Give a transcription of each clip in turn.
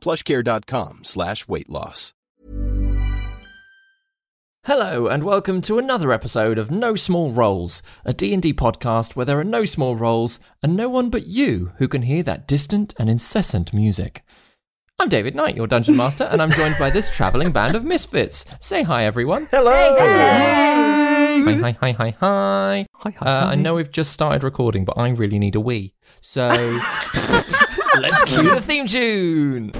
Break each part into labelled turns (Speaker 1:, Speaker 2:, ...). Speaker 1: plushcare.com slash weight loss.
Speaker 2: Hello and welcome to another episode of No Small Roles, a D&D podcast where there are no small roles and no one but you who can hear that distant and incessant music. I'm David Knight, your dungeon master, and I'm joined by this traveling band of misfits. Say hi everyone. Hi hi hi hi hi. Hi hi. Uh, I know we've just started recording, but I really need a wee. So let's cue the theme tune.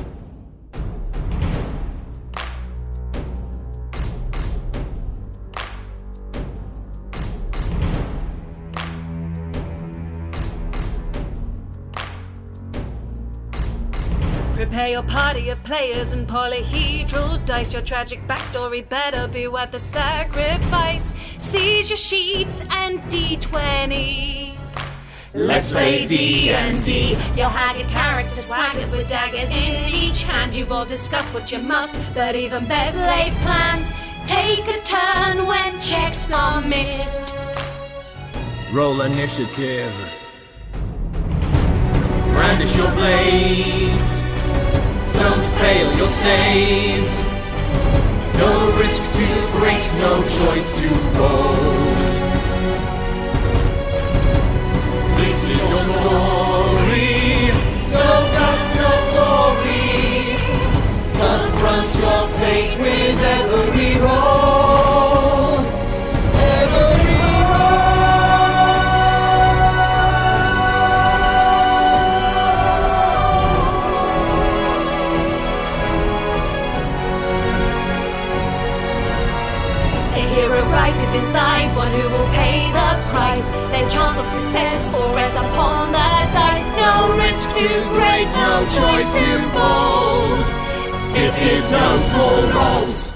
Speaker 3: Prepare your party of players and polyhedral dice. Your tragic backstory better be worth the sacrifice. Seize your sheets and D20. Let's play D and D. Your haggard character swaggers with daggers in each hand. You've all discussed what you must, but even better laid plans. Take a turn when checks are missed.
Speaker 4: Roll initiative. Brandish your blades. Don't fail your saves. No risk too great, no choice to roll. This is your story. No guts, no glory. Confront your fate with every roll.
Speaker 3: A hero rises inside, one who will pay the price. Their chance of success will rest upon the dice. No risk too great, no choice too bold.
Speaker 4: This is no small rolls.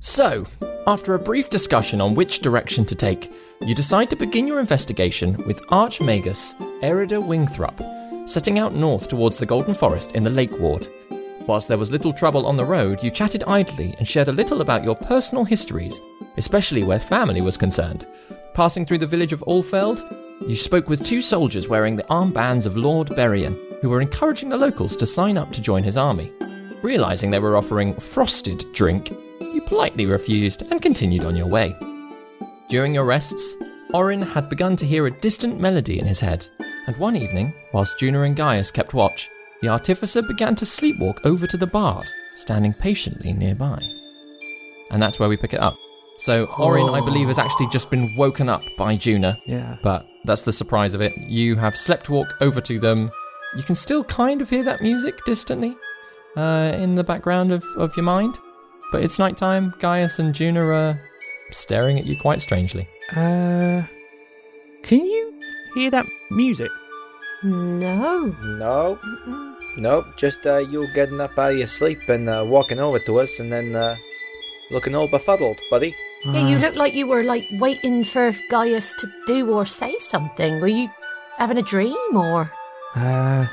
Speaker 2: So, after a brief discussion on which direction to take, you decide to begin your investigation with Archmagus Erida Wingthrup, setting out north towards the Golden Forest in the Lake Ward. Whilst there was little trouble on the road, you chatted idly and shared a little about your personal histories, especially where family was concerned. Passing through the village of Allfeld, you spoke with two soldiers wearing the armbands of Lord Berrien, who were encouraging the locals to sign up to join his army. Realizing they were offering frosted drink, you politely refused and continued on your way. During your rests, Orin had begun to hear a distant melody in his head, and one evening, whilst Juna and Gaius kept watch, the artificer began to sleepwalk over to the bard, standing patiently nearby. And that's where we pick it up. So Orin, I believe, has actually just been woken up by Juna.
Speaker 5: Yeah.
Speaker 2: But that's the surprise of it. You have slept walk over to them. You can still kind of hear that music distantly uh, in the background of, of your mind. But it's nighttime. Gaius and Juna are staring at you quite strangely.
Speaker 5: Uh, can you hear that music?
Speaker 3: No.
Speaker 6: No. Nope. Just uh, you getting up out of your sleep and uh, walking over to us and then uh, looking all befuddled, buddy.
Speaker 7: Yeah, you looked like you were like waiting for Gaius to do or say something. Were you having a dream or?
Speaker 5: Uh,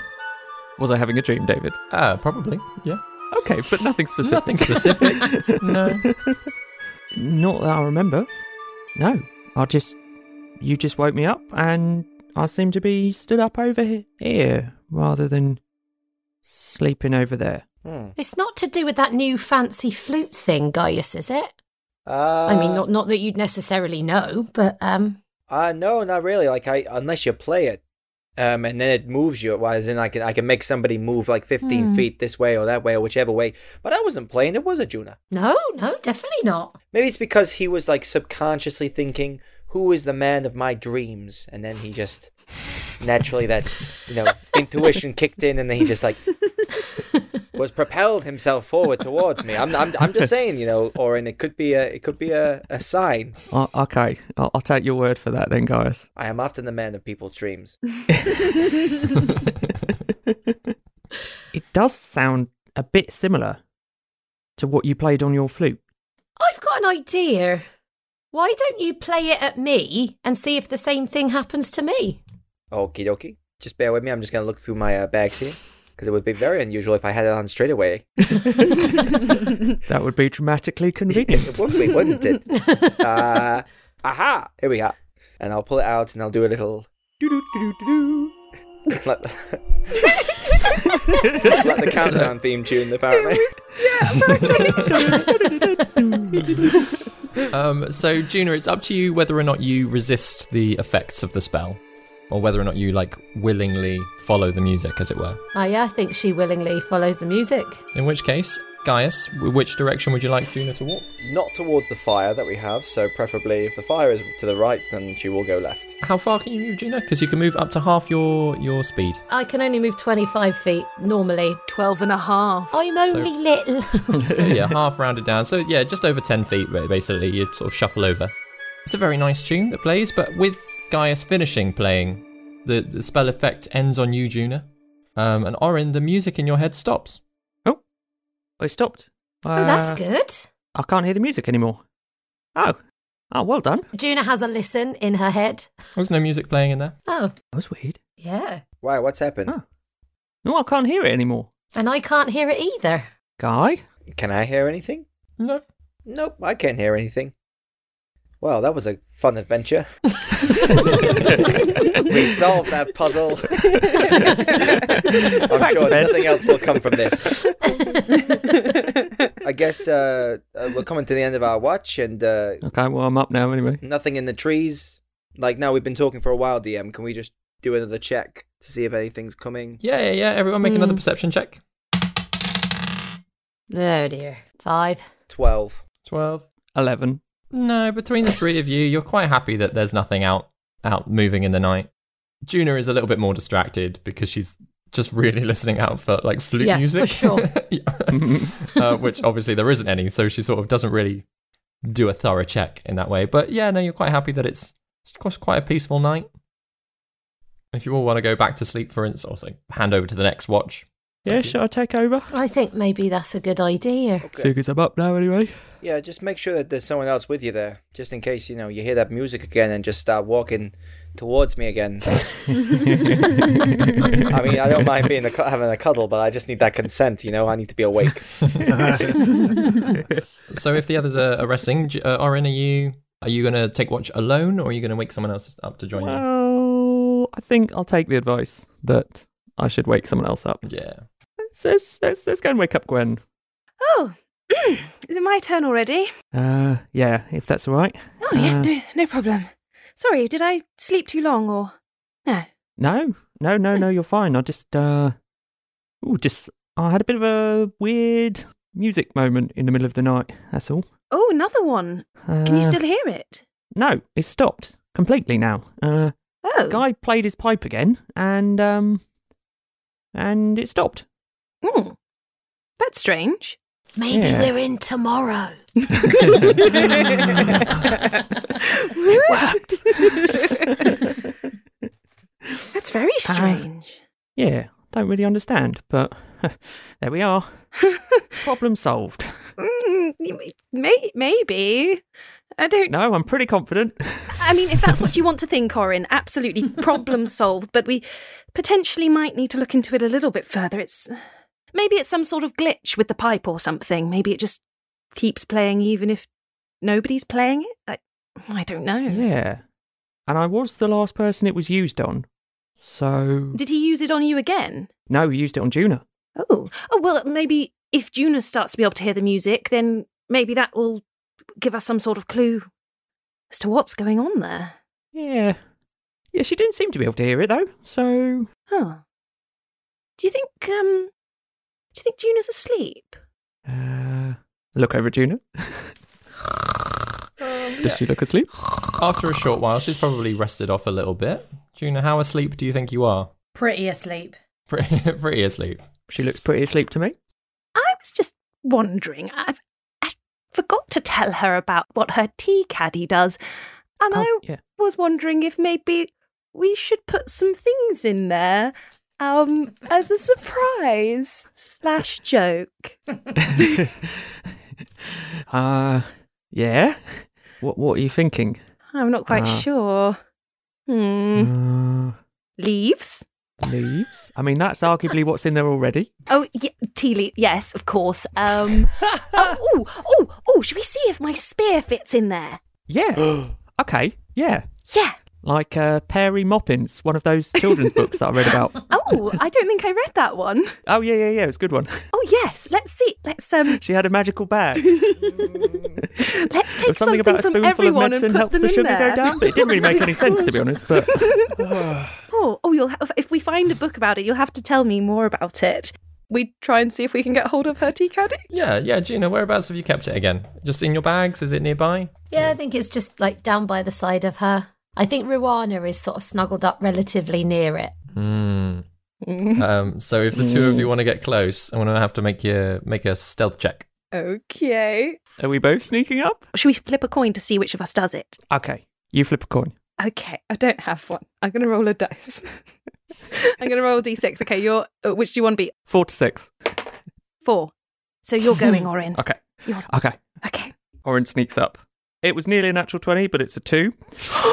Speaker 5: was I having a dream, David?
Speaker 2: Uh, probably. Yeah.
Speaker 5: Okay, but nothing specific.
Speaker 2: Nothing specific. no.
Speaker 5: Not that I remember. No, I just you just woke me up, and I seem to be stood up over he- here rather than sleeping over there.
Speaker 7: It's not to do with that new fancy flute thing, Gaius, is it?
Speaker 6: Uh,
Speaker 7: I mean, not not that you'd necessarily know, but um,
Speaker 6: Uh, no, not really. Like, I unless you play it. um, and then it moves you. Well, as in, I can I can make somebody move like 15 feet this way or that way or whichever way. But I wasn't playing. It was a Juna.
Speaker 7: No, no, definitely not.
Speaker 6: Maybe it's because he was like subconsciously thinking, "Who is the man of my dreams?" And then he just naturally that you know intuition kicked in, and then he just like was propelled himself forward towards me. I'm I'm, I'm just saying, you know, or and it could be a it could be a, a sign.
Speaker 5: O- Oh, okay, I'll, I'll take your word for that then, guys.
Speaker 6: I am often the man of people's dreams.
Speaker 5: It does sound a bit similar to what you played on your flute.
Speaker 7: I've got an idea. Why don't you play it at me and see if the same thing happens to me?
Speaker 6: Okie dokie. Just bear with me. I'm just gonna look through my uh, bags here because it would be very unusual if I had it on straight away.
Speaker 5: That would be dramatically convenient.
Speaker 6: It would be, wouldn't it? uh, aha! Here we go. And I'll pull it out and I'll do a little. Like the- like the countdown theme tune, apparently.
Speaker 2: Um, so, Juna, it's up to you whether or not you resist the effects of the spell, or whether or not you like willingly follow the music, as it were.
Speaker 7: Oh, yeah, I think she willingly follows the music.
Speaker 2: In which case, Gaius, w- which direction would you like Juna to walk?
Speaker 6: Not towards the fire that we have, so preferably if the fire is to the right, then she will go left.
Speaker 2: How far can you move, Juna? Because you can move up to half your your speed.
Speaker 7: I can only move 25 feet normally.
Speaker 3: 12 and a half.
Speaker 7: I'm only little.
Speaker 2: So, yeah, half rounded down. So yeah, just over ten feet. ba- Basically, you sort of shuffle over. It's a very nice tune that plays, but with Gaius finishing playing, the, the spell effect ends on you, Juna. Um, and Orin, the music in your head stops.
Speaker 5: oh, I stopped.
Speaker 7: oh, that's
Speaker 5: Uh,
Speaker 7: good.
Speaker 5: I can't hear the music anymore. Oh, oh, well done.
Speaker 7: Juna has a listen in her head.
Speaker 2: There's no music playing in there.
Speaker 7: Oh,
Speaker 5: That was weird.
Speaker 7: yeah.
Speaker 6: Wow, what's happened?
Speaker 5: Huh. No, I can't hear it anymore.
Speaker 7: And I can't hear it either.
Speaker 5: Guy,
Speaker 6: Can I hear anything?
Speaker 2: No.
Speaker 6: Nope, I can't hear anything. Well, that was a fun adventure. we solved that puzzle. I'm
Speaker 5: Back to
Speaker 6: sure
Speaker 5: bed.
Speaker 6: nothing else will come from this. I guess uh, uh, we're coming to the end of our watch, and uh,
Speaker 5: Okay, well, I'm up now anyway.
Speaker 6: nothing in the trees. Like now, we've been talking for a while. DM, can we just do another check to see if anything's coming?
Speaker 2: Yeah, yeah, yeah. Everyone make
Speaker 7: Mm.
Speaker 2: another perception check.
Speaker 7: Oh, dear. Five.
Speaker 6: Twelve.
Speaker 2: 12.
Speaker 5: 11.
Speaker 2: No, between the three of you, you're quite happy that there's nothing out out moving in the night. Juna is a little bit more distracted because she's just really listening out for like flute
Speaker 7: Yeah,
Speaker 2: music.
Speaker 7: for sure.
Speaker 2: Yeah. uh, which obviously there isn't any, so she sort of doesn't really do a thorough check in that way. But yeah, no, you're quite happy that it's it's of course quite a peaceful night. If you all want to go back to sleep, for instance, or hand over to the next watch.
Speaker 5: Yeah, should I take over?
Speaker 7: I think maybe that's a good idea.
Speaker 6: Okay.
Speaker 5: See, because I'm up now anyway.
Speaker 6: Yeah, just make sure that there's someone else with you there, just in case you know you hear that music again and just start walking towards me again. I mean, I don't mind being a, cu- having a cuddle, but I just need that consent. You know, I need to be awake.
Speaker 2: So if the others are, are resting, J- uh, Orin, are you are you gonna take watch alone, or are you gonna wake someone else up to join you?
Speaker 5: Well, I think I'll take the advice that I should wake someone else up.
Speaker 2: Yeah.
Speaker 5: Let's, let's, let's, let's go and wake up Gwen.
Speaker 8: Oh, is it my turn already?
Speaker 5: Uh, yeah, if that's all right.
Speaker 8: Oh, yes,
Speaker 5: Uh,
Speaker 8: no, no problem. Sorry, did I sleep too long or no?
Speaker 5: No, no, no, no, you're fine. I just, uh, ooh, just, I had a bit of a weird music moment in the middle of the night. That's all.
Speaker 8: Oh, another one. Can
Speaker 5: Uh,
Speaker 8: you still hear it?
Speaker 5: No, it's stopped completely now. Uh,
Speaker 8: Oh,
Speaker 5: guy played his pipe again, and um, and it stopped.
Speaker 8: Hmm. that's strange.
Speaker 7: Maybe
Speaker 5: Yeah.
Speaker 7: we're in tomorrow.
Speaker 8: That's very
Speaker 5: Uh.
Speaker 8: strange.
Speaker 5: Yeah, don't really understand, but there we are. Problem solved.
Speaker 8: Mm, may- maybe. I don't
Speaker 5: No, I'm pretty confident.
Speaker 8: I mean, if that's what you want to think, Corin, absolutely problem solved. But we potentially might need to look into it a little bit further. It's maybe it's some sort of glitch with the pipe or something. Maybe it just keeps playing even if nobody's playing it. I, I don't know.
Speaker 5: Yeah, and I was the last person it was used on, so
Speaker 8: Did he use it on you again?
Speaker 5: no, we used it on Juna.
Speaker 8: Oh, oh well, maybe if Juna starts to be able to hear the music, then maybe that will give us some sort of clue as to what's going on there.
Speaker 5: Yeah, Yeah, she didn't seem to be able to hear it though. So
Speaker 8: Huh. Do you think, um, do you think Juno's asleep?
Speaker 5: uh, look over at Juno. Um, Does she look asleep?
Speaker 2: After a short while, she's probably rested off a little bit. Juno, how asleep do you think you are?
Speaker 7: Pretty asleep.
Speaker 2: Pretty, pretty asleep.
Speaker 5: She looks pretty asleep to me.
Speaker 8: I was just wondering. I've, I forgot to tell her about what her tea caddy does. And
Speaker 5: Oh,
Speaker 8: I
Speaker 5: yeah.
Speaker 8: was wondering if maybe we should put some things in there um, as a surprise slash joke.
Speaker 5: Uh yeah. What what are you thinking?
Speaker 8: I'm not quite
Speaker 5: Ah.
Speaker 8: sure. Hmm. Leaves?
Speaker 5: Uh, leaves. I mean, that's arguably what's in there already.
Speaker 8: Oh, yeah, tea leaf. Yes, of course. Um, oh, oh, oh, should we see if my spear fits in there?
Speaker 5: Yeah. okay. Yeah.
Speaker 8: Yeah.
Speaker 5: Like uh, Perry Moppins, one of those children's books that I read about.
Speaker 8: Oh, I don't think I read that one.
Speaker 5: Oh yeah, yeah, yeah. It's a good one.
Speaker 8: Oh yes, let's see. Let's um,
Speaker 5: She had a magical bag.
Speaker 8: let's
Speaker 5: There
Speaker 8: take
Speaker 5: was something
Speaker 8: something,
Speaker 5: about a
Speaker 8: from
Speaker 5: spoonful of
Speaker 8: everyone
Speaker 5: medicine
Speaker 8: and put
Speaker 5: helps
Speaker 8: them
Speaker 5: the
Speaker 8: in
Speaker 5: sugar
Speaker 8: there.
Speaker 5: go down. But it didn't really make any sense, to be honest. But
Speaker 8: Oh, oh, you'll have, if we find a book about it, you'll have to tell me more about it. We try and see if we can get hold of her tea caddy.
Speaker 2: Yeah, yeah, Juno, whereabouts have you kept it again? Just in your bags? Is it nearby?
Speaker 7: Yeah, I think it's just like down by the side of her. I think Ruana is sort of snuggled up relatively near it.
Speaker 2: Hmm.
Speaker 8: Mm.
Speaker 6: Uh,
Speaker 2: Um, so if the two of you want to get close, I'm gonna have to make you make a stealth check.
Speaker 8: Okay.
Speaker 5: are we both sneaking up?
Speaker 8: Should we flip a coin to see which of us does it?
Speaker 5: Okay, you flip a coin.
Speaker 8: Okay, I don't have one. I'm gonna roll a dice. I'm gonna roll a d6. Okay, you're. uh, Which do you want to be?
Speaker 5: Four to six.
Speaker 8: Four. So you're going, Orin.
Speaker 5: Okay.
Speaker 8: You're-
Speaker 5: Okay.
Speaker 8: Okay.
Speaker 5: Orin sneaks up. It was nearly a natural twenty, but it's a two.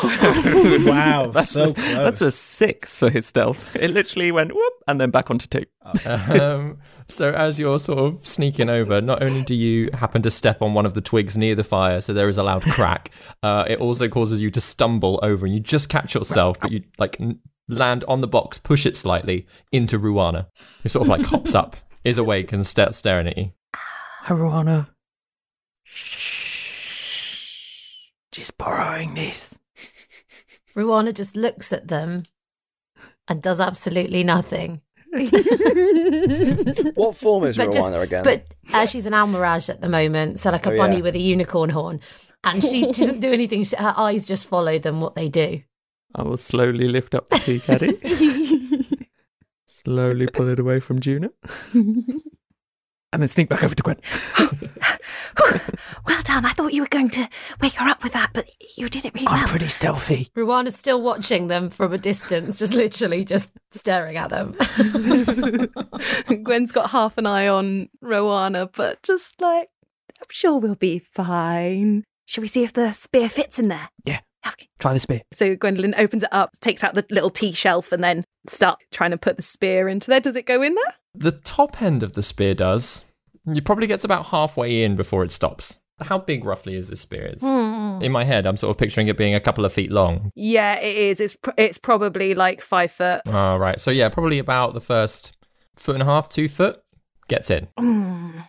Speaker 9: Wow, so
Speaker 5: a,
Speaker 9: close.
Speaker 5: That's a six for his stealth. It literally went whoop and then back onto two.
Speaker 2: Um, so as you're sort of sneaking over, not only do you happen to step on one of the twigs near the fire, so there is a loud crack. Uh, it also causes you to stumble over, and you just catch yourself, but you like n- land on the box, push it slightly into Ruana, who sort of like hops up, is awake, and sta staring at you.
Speaker 5: Haruana. She's borrowing this.
Speaker 7: Ruana just looks at them and does absolutely nothing.
Speaker 6: What form is
Speaker 7: but
Speaker 6: Rwanda
Speaker 7: just,
Speaker 6: again?
Speaker 7: but uh, she's an almirage at the moment, so like a
Speaker 6: Oh,
Speaker 7: bunny
Speaker 6: yeah.
Speaker 7: with a unicorn horn, and she doesn't do anything. She, her eyes just follow them what they do.
Speaker 5: I will slowly lift up the tea caddy. slowly pull it away from Juno. and then sneak back over to Gwen.
Speaker 8: Well done. I thought you were going to wake her up with that, but you did it really
Speaker 5: I'm
Speaker 8: well.
Speaker 5: pretty stealthy.
Speaker 7: Ruana's still watching them from a distance, just literally just staring at them.
Speaker 8: Gwen's got half an eye on Rowana, but just like, I'm sure we'll be fine. Shall we see if the spear fits in there?
Speaker 5: Yeah.
Speaker 8: Okay.
Speaker 5: Try the spear.
Speaker 8: So Gwendolyn opens it up, takes out the little tea shelf, and then start trying to put the spear into there. Does it go in there?
Speaker 2: The top end of the spear does. It probably gets about halfway in before it stops. How big roughly is this spear? It's- In my head, I'm sort of picturing it being a couple of feet long.
Speaker 8: Yeah, it is. It's pr- it's probably like five foot.
Speaker 2: All right. So yeah, probably about the first foot and a half, two foot gets in.
Speaker 8: Mm.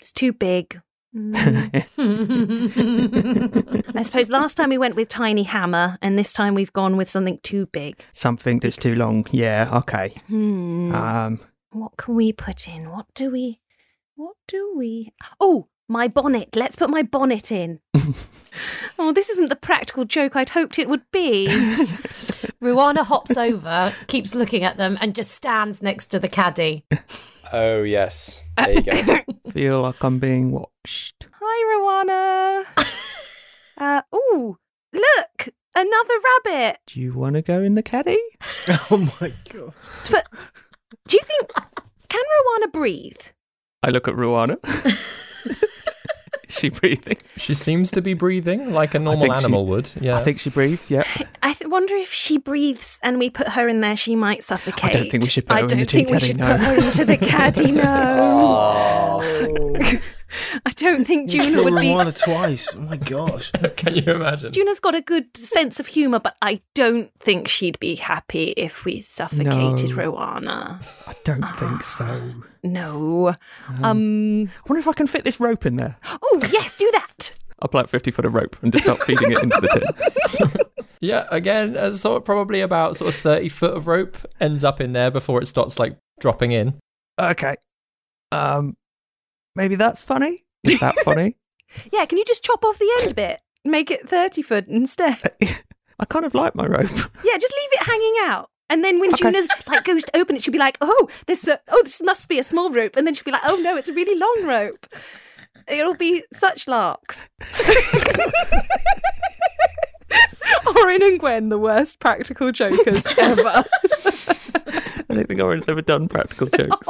Speaker 8: It's too big. Mm. I suppose last time we went with tiny hammer, and this time we've gone with something too big.
Speaker 5: Something that's too long. Yeah, okay.
Speaker 8: Hmm.
Speaker 5: Um,
Speaker 8: What can we put in? What do we? What do we? Oh, my bonnet. Let's put my bonnet in. oh, this isn't the practical joke I'd hoped it would be.
Speaker 7: Ruana hops over, keeps looking at them, and just stands next to the caddy.
Speaker 6: oh yes, there you go.
Speaker 5: feel like I'm being watched.
Speaker 8: Hi, Rowana. uh, ooh, look, another rabbit.
Speaker 5: Do you want to go in the caddy?
Speaker 9: oh my god.
Speaker 8: But do you think can Rowana breathe?
Speaker 5: I look at Ruana. Is she breathing?
Speaker 2: She seems to be breathing like a normal
Speaker 5: think she-
Speaker 2: animal would. Yeah.
Speaker 5: I think she breathes, yeah.
Speaker 8: I th- wonder if she breathes and we put her in there, she might suffocate.
Speaker 5: think we should put
Speaker 8: I
Speaker 5: her in
Speaker 8: don't
Speaker 5: the tea
Speaker 8: think we
Speaker 5: caddy,
Speaker 8: should
Speaker 5: no.
Speaker 8: put her into the caddy. No, I don't think Juno would be.
Speaker 9: Rwanda twice. Oh my gosh.
Speaker 2: Can you imagine?
Speaker 8: Juno's got a good sense of humour, but I don't think she'd be happy if we suffocated
Speaker 5: No.
Speaker 8: Rowana.
Speaker 5: I don't think so. I
Speaker 8: No. Um.
Speaker 5: wonder if I can fit this rope in there.
Speaker 8: Oh yes, do that.
Speaker 5: I'll pull out 50 foot of rope and just start feeding it into the tin.
Speaker 2: Yeah, again, uh, so probably about sort of 30 foot of rope ends up in there before it starts like dropping in.
Speaker 5: Okay. Um, maybe that's funny. Is that funny?
Speaker 8: Yeah, can you just chop off the end bit? Make it 30 foot instead.
Speaker 5: I kind of like my rope.
Speaker 8: Yeah, just leave it hanging out. And then when Juna like goes to open it, she'll be like, "Oh, this, uh, oh, this must be a small rope." And then she'll be like, "Oh no, it's a really long rope." It'll be such larks. Orin and Gwen, the worst practical jokers ever.
Speaker 5: I don't think Oren's ever done practical jokes.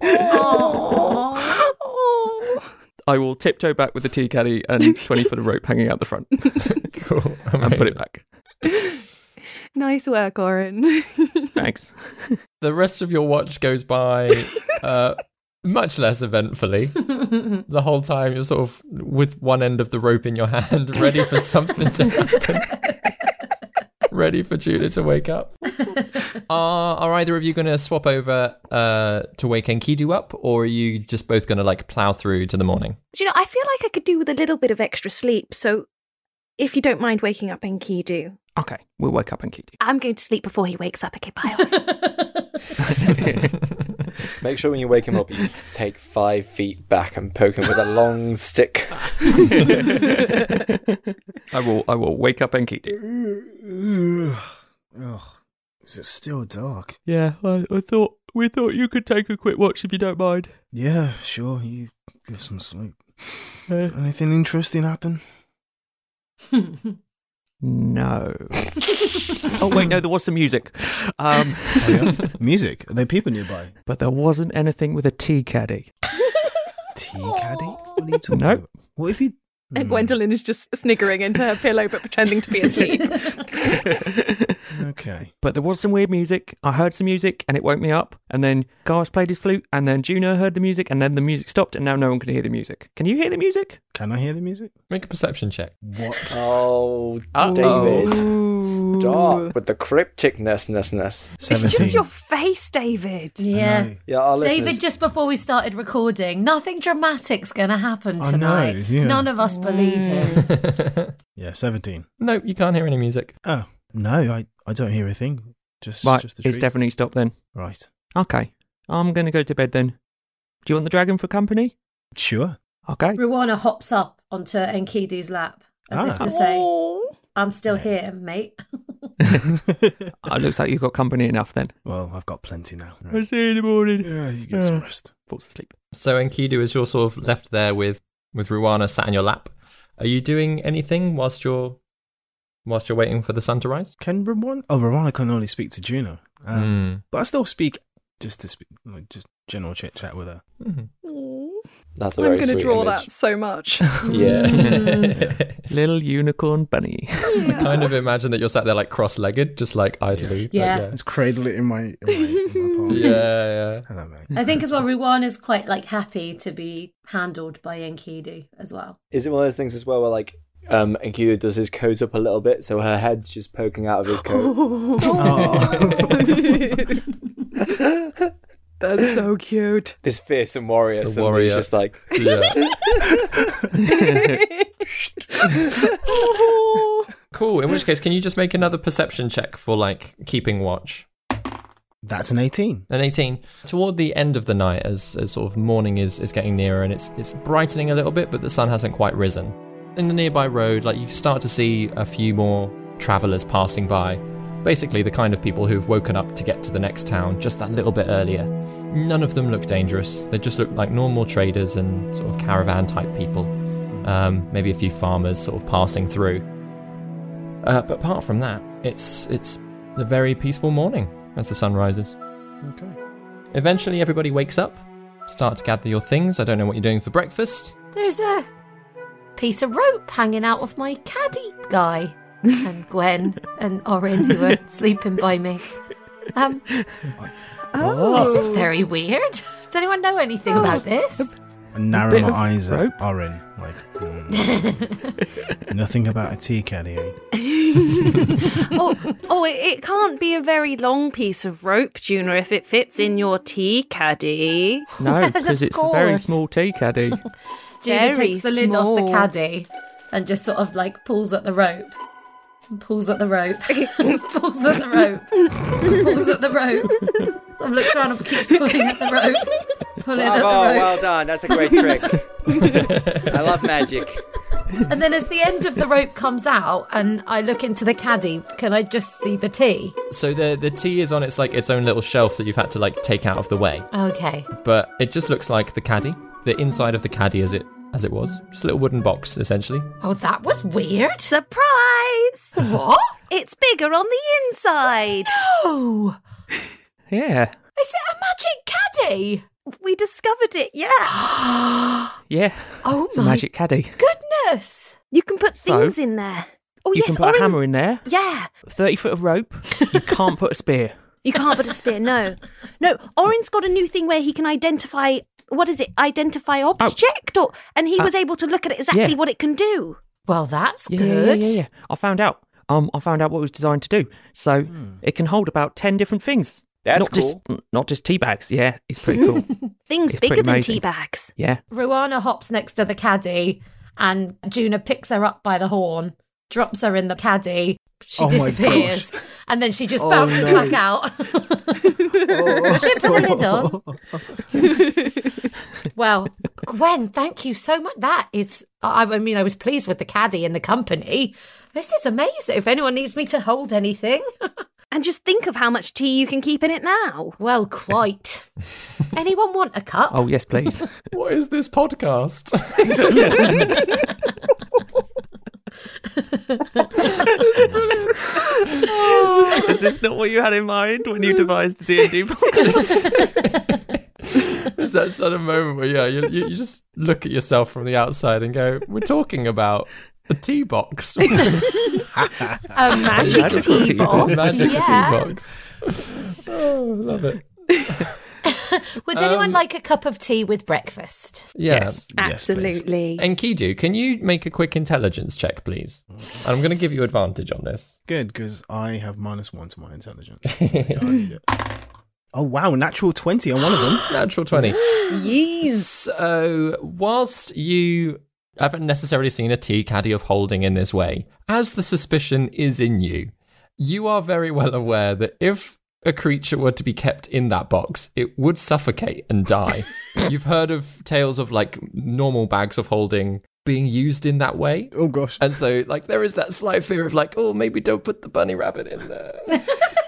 Speaker 8: oh,
Speaker 5: I will tiptoe back with the tea caddy and 20 foot of rope hanging out the front
Speaker 2: Cool.
Speaker 5: and put it back.
Speaker 8: nice work, Orin.
Speaker 5: Thanks.
Speaker 2: The rest of your watch goes by uh, much less eventfully. the whole time you're sort of with one end of the rope in your hand, ready for something to happen. ready for Judah to wake up. Are, are either of you going to swap over uh, to wake Enkidu up, or are you just both going to like plow through to the morning?
Speaker 8: Do you know, I feel like I could do with a little bit of extra sleep. So, if you don't mind waking up Enkidu,
Speaker 5: Okay, we'll wake up and keep
Speaker 8: I'm going to sleep before he wakes up. Okay, bye. Orin.
Speaker 6: Make sure when you wake him up, you take five feet back and poke him with a long stick.
Speaker 5: I will. I will wake up and keep
Speaker 9: Ugh. Is it still dark?
Speaker 5: Yeah, I, I thought we thought you could take a quick watch if you don't mind.
Speaker 9: Yeah, sure. You get some sleep.
Speaker 5: Uh,
Speaker 9: Anything interesting happen?
Speaker 5: no. oh wait, no. There was some music, um,
Speaker 9: Oh, Music. Are there people nearby?
Speaker 5: but there wasn't anything with a tea caddy.
Speaker 9: Tea caddy? What are you talking
Speaker 5: No.
Speaker 9: about? What if you?
Speaker 5: Hmm.
Speaker 8: And Gwendolyn is just sniggering into her pillow but pretending to be asleep.
Speaker 9: Okay.
Speaker 5: But there was some weird music. I heard some music and it woke me up. And then Garth played his flute. And then Juno heard the music. And then the music stopped. And now no one can hear the music. Can you hear the music?
Speaker 9: Can I hear the music?
Speaker 2: Make a perception check.
Speaker 9: What?
Speaker 6: Oh, David. Stop with the crypticness-ness-ness.
Speaker 9: Seventeen.
Speaker 8: Just your face, David.
Speaker 9: I
Speaker 7: Yeah.
Speaker 9: know.
Speaker 6: Yeah, our listeners,
Speaker 7: David, just before we started recording, nothing dramatic's going to happen
Speaker 9: I know,
Speaker 7: tonight.
Speaker 9: yeah.
Speaker 7: None of us believe him.
Speaker 9: Yeah, seventeen.
Speaker 2: Nope, you can't hear any music.
Speaker 9: Oh no, I, I don't hear a thing. Just
Speaker 5: Right,
Speaker 9: just the
Speaker 5: it's
Speaker 9: trees.
Speaker 5: definitely stopped then.
Speaker 9: right.
Speaker 5: Okay, I'm going to go to bed then. Do you want the dragon for company?
Speaker 9: Sure.
Speaker 5: Okay.
Speaker 7: Ruana hops up onto Enkidu's lap as if
Speaker 9: Ah.
Speaker 7: to say, I'm still here, mate.
Speaker 5: Oh, it looks like you've got company enough then.
Speaker 9: Well, I've got plenty now.
Speaker 5: I'll
Speaker 9: Right.
Speaker 5: see you in the morning.
Speaker 9: Yeah, you get some rest.
Speaker 5: Falls asleep.
Speaker 2: So Enkidu, as you're sort of left there with with Ruana sat in your lap, are you doing anything whilst you're whilst you're waiting for the sun to rise?
Speaker 9: Can Ramon? Oh, Ramona can only speak to Juno, um,
Speaker 5: Hmm.
Speaker 2: Mm.
Speaker 9: but I still speak just to speak, like, just general chit chat with her.
Speaker 2: Mhm.
Speaker 6: that's a
Speaker 8: Mm-hmm. I'm
Speaker 6: very
Speaker 8: going to
Speaker 6: sweet
Speaker 8: draw that
Speaker 6: image.
Speaker 8: so much.
Speaker 5: Little unicorn bunny.
Speaker 2: I kind of imagine that you're sat there like cross-legged, just like idly. but
Speaker 7: Yeah.
Speaker 2: yeah.
Speaker 9: Just cradle it in my in my, in my palm.
Speaker 2: Yeah, yeah.
Speaker 9: Hello, mate.
Speaker 7: I think as well, Ruana's quite like happy to be handled by Enkidu as well.
Speaker 6: Is it one of those things as well where like um Enkidu does his coat up a little bit, so her head's just poking out of his coat.
Speaker 8: That's so cute.
Speaker 6: this fearsome warrior
Speaker 2: The
Speaker 6: suddenly
Speaker 2: warrior.
Speaker 6: is just like
Speaker 2: Yeah. Cool. In which case, can you just make another perception check for like keeping watch?
Speaker 9: That's an eighteen.
Speaker 2: An 18. Toward the end of the night, as, as sort of morning is, is getting nearer and it's, it's brightening a little bit, but the sun hasn't quite risen. In the nearby road, like you start to see a few more travelers passing by. Basically, the kind of people who've woken up to get to the next town just that little bit earlier. None of them look dangerous. They just look like normal traders and sort of caravan type people. Um, maybe a few farmers sort of passing through. Uh, but apart from that, it's it's a very peaceful morning as the sun rises.
Speaker 9: Okay.
Speaker 2: Eventually, everybody wakes up, start to gather your things. I don't know what you're doing for breakfast.
Speaker 7: There's a piece of rope hanging out of my caddy guy. and Gwen and Orin, who were sleeping by me. Um,
Speaker 9: Oh.
Speaker 7: This is very weird. Does anyone know anything about this?
Speaker 9: And
Speaker 5: A
Speaker 9: narrow
Speaker 5: bit
Speaker 9: my
Speaker 5: of
Speaker 9: eyes
Speaker 5: rope.
Speaker 9: at Orin. Like mm. nothing about a tea caddy. eh?
Speaker 8: oh, oh it, it can't be a very long piece of rope, Juno, if it fits in your tea caddy.
Speaker 5: No, because it's a very
Speaker 7: course.
Speaker 5: small tea caddy.
Speaker 7: Judy
Speaker 8: Very
Speaker 7: takes the lid off the
Speaker 8: small.
Speaker 7: caddy and just sort of like pulls at the rope. Pulls at the rope. pulls at the rope. Pulls at the rope. Sort of looks around and keeps pulling at the rope. Pulling at the
Speaker 6: Bravo, Oh, well
Speaker 7: rope.
Speaker 6: done. That's a great trick. I love magic.
Speaker 7: And then as the end of the rope comes out and I look into the caddy, can I just see the tea?
Speaker 2: So the the tea is on its like its own little shelf that you've had to like take out of the way.
Speaker 7: Okay.
Speaker 2: But it just looks like the caddy, the inside of the caddy as it as it was, just a little wooden box essentially.
Speaker 7: Oh, that was weird.
Speaker 8: Surprise!
Speaker 7: What?
Speaker 8: It's bigger on the inside.
Speaker 7: Oh,
Speaker 5: Yeah.
Speaker 7: is it a magic caddy?
Speaker 8: We discovered it, yeah.
Speaker 5: Yeah.
Speaker 7: Oh
Speaker 5: It's
Speaker 7: my
Speaker 5: a magic caddy.
Speaker 7: goodness!
Speaker 8: You can put
Speaker 5: So?
Speaker 8: things in there. Oh,
Speaker 5: you
Speaker 8: yes,
Speaker 5: can put
Speaker 8: orange-
Speaker 5: a hammer in there,
Speaker 8: Yeah.
Speaker 5: 30 foot of rope. You can't put a spear.
Speaker 8: You can't put a spear, no. No, Orin's got a new thing where he can identify, what is it, identify object? Or, and he was able to look at exactly
Speaker 5: Oh. Uh, yeah.
Speaker 8: what it can do.
Speaker 7: Well, that's
Speaker 5: Yeah, yeah, yeah,
Speaker 7: good.
Speaker 5: yeah, yeah. I found out. Um, I found out what it was designed to do. So
Speaker 9: Hmm.
Speaker 5: it can hold about 10 different things.
Speaker 6: That's
Speaker 5: not just n- not just tea bags. Yeah, it's pretty cool.
Speaker 8: Things
Speaker 5: It's
Speaker 8: bigger
Speaker 5: pretty
Speaker 8: than
Speaker 5: amazing.
Speaker 8: tea bags.
Speaker 5: yeah.
Speaker 7: Ruana hops next to the caddy, and Juna picks her up by the horn, drops her in the caddy. She
Speaker 10: Oh my
Speaker 7: disappears, and then she just
Speaker 10: Oh,
Speaker 7: bounces
Speaker 10: no.
Speaker 7: back out. Should put the lid on. Well, Gwen, thank you so much. That is, I I mean, I was pleased with the caddy and the company. This is amazing. If anyone needs me to hold anything,
Speaker 8: And just think of how much tea you can keep in it now.
Speaker 7: well, quite. anyone want a cup?
Speaker 5: Oh, yes, please.
Speaker 2: What is this podcast?
Speaker 5: Is this not what you had in mind when you devised the D&D
Speaker 2: It's that sort of moment where yeah, you, you, you just look at yourself from the outside and go, "We're talking about a tea box, magic
Speaker 8: A magic,
Speaker 5: magical
Speaker 8: tea
Speaker 5: tea
Speaker 8: box.
Speaker 7: Yeah.
Speaker 2: tea box." Oh, love it.
Speaker 7: Would anyone like a cup of tea with breakfast?
Speaker 2: Yeah.
Speaker 5: Yes.
Speaker 10: Yes, please.
Speaker 8: Absolutely.
Speaker 2: Enkidu, can you make a quick intelligence check, please? And I'm going to give you advantage on this.
Speaker 9: Good, because I have minus one to my intelligence. So, yeah, I need it. oh wow, natural twenty on one of them.
Speaker 2: Natural 20.
Speaker 8: Yes.
Speaker 2: So, whilst you haven't necessarily seen a tea caddy of holding in this way, as the suspicion is in you, you are very well aware that if a creature were to be kept in that box, it would suffocate and die. You've heard of tales of like normal bags of holding being used in that way.
Speaker 9: Oh gosh.
Speaker 2: And so, like, there is that slight fear of, like, oh, maybe don't put the bunny rabbit in there.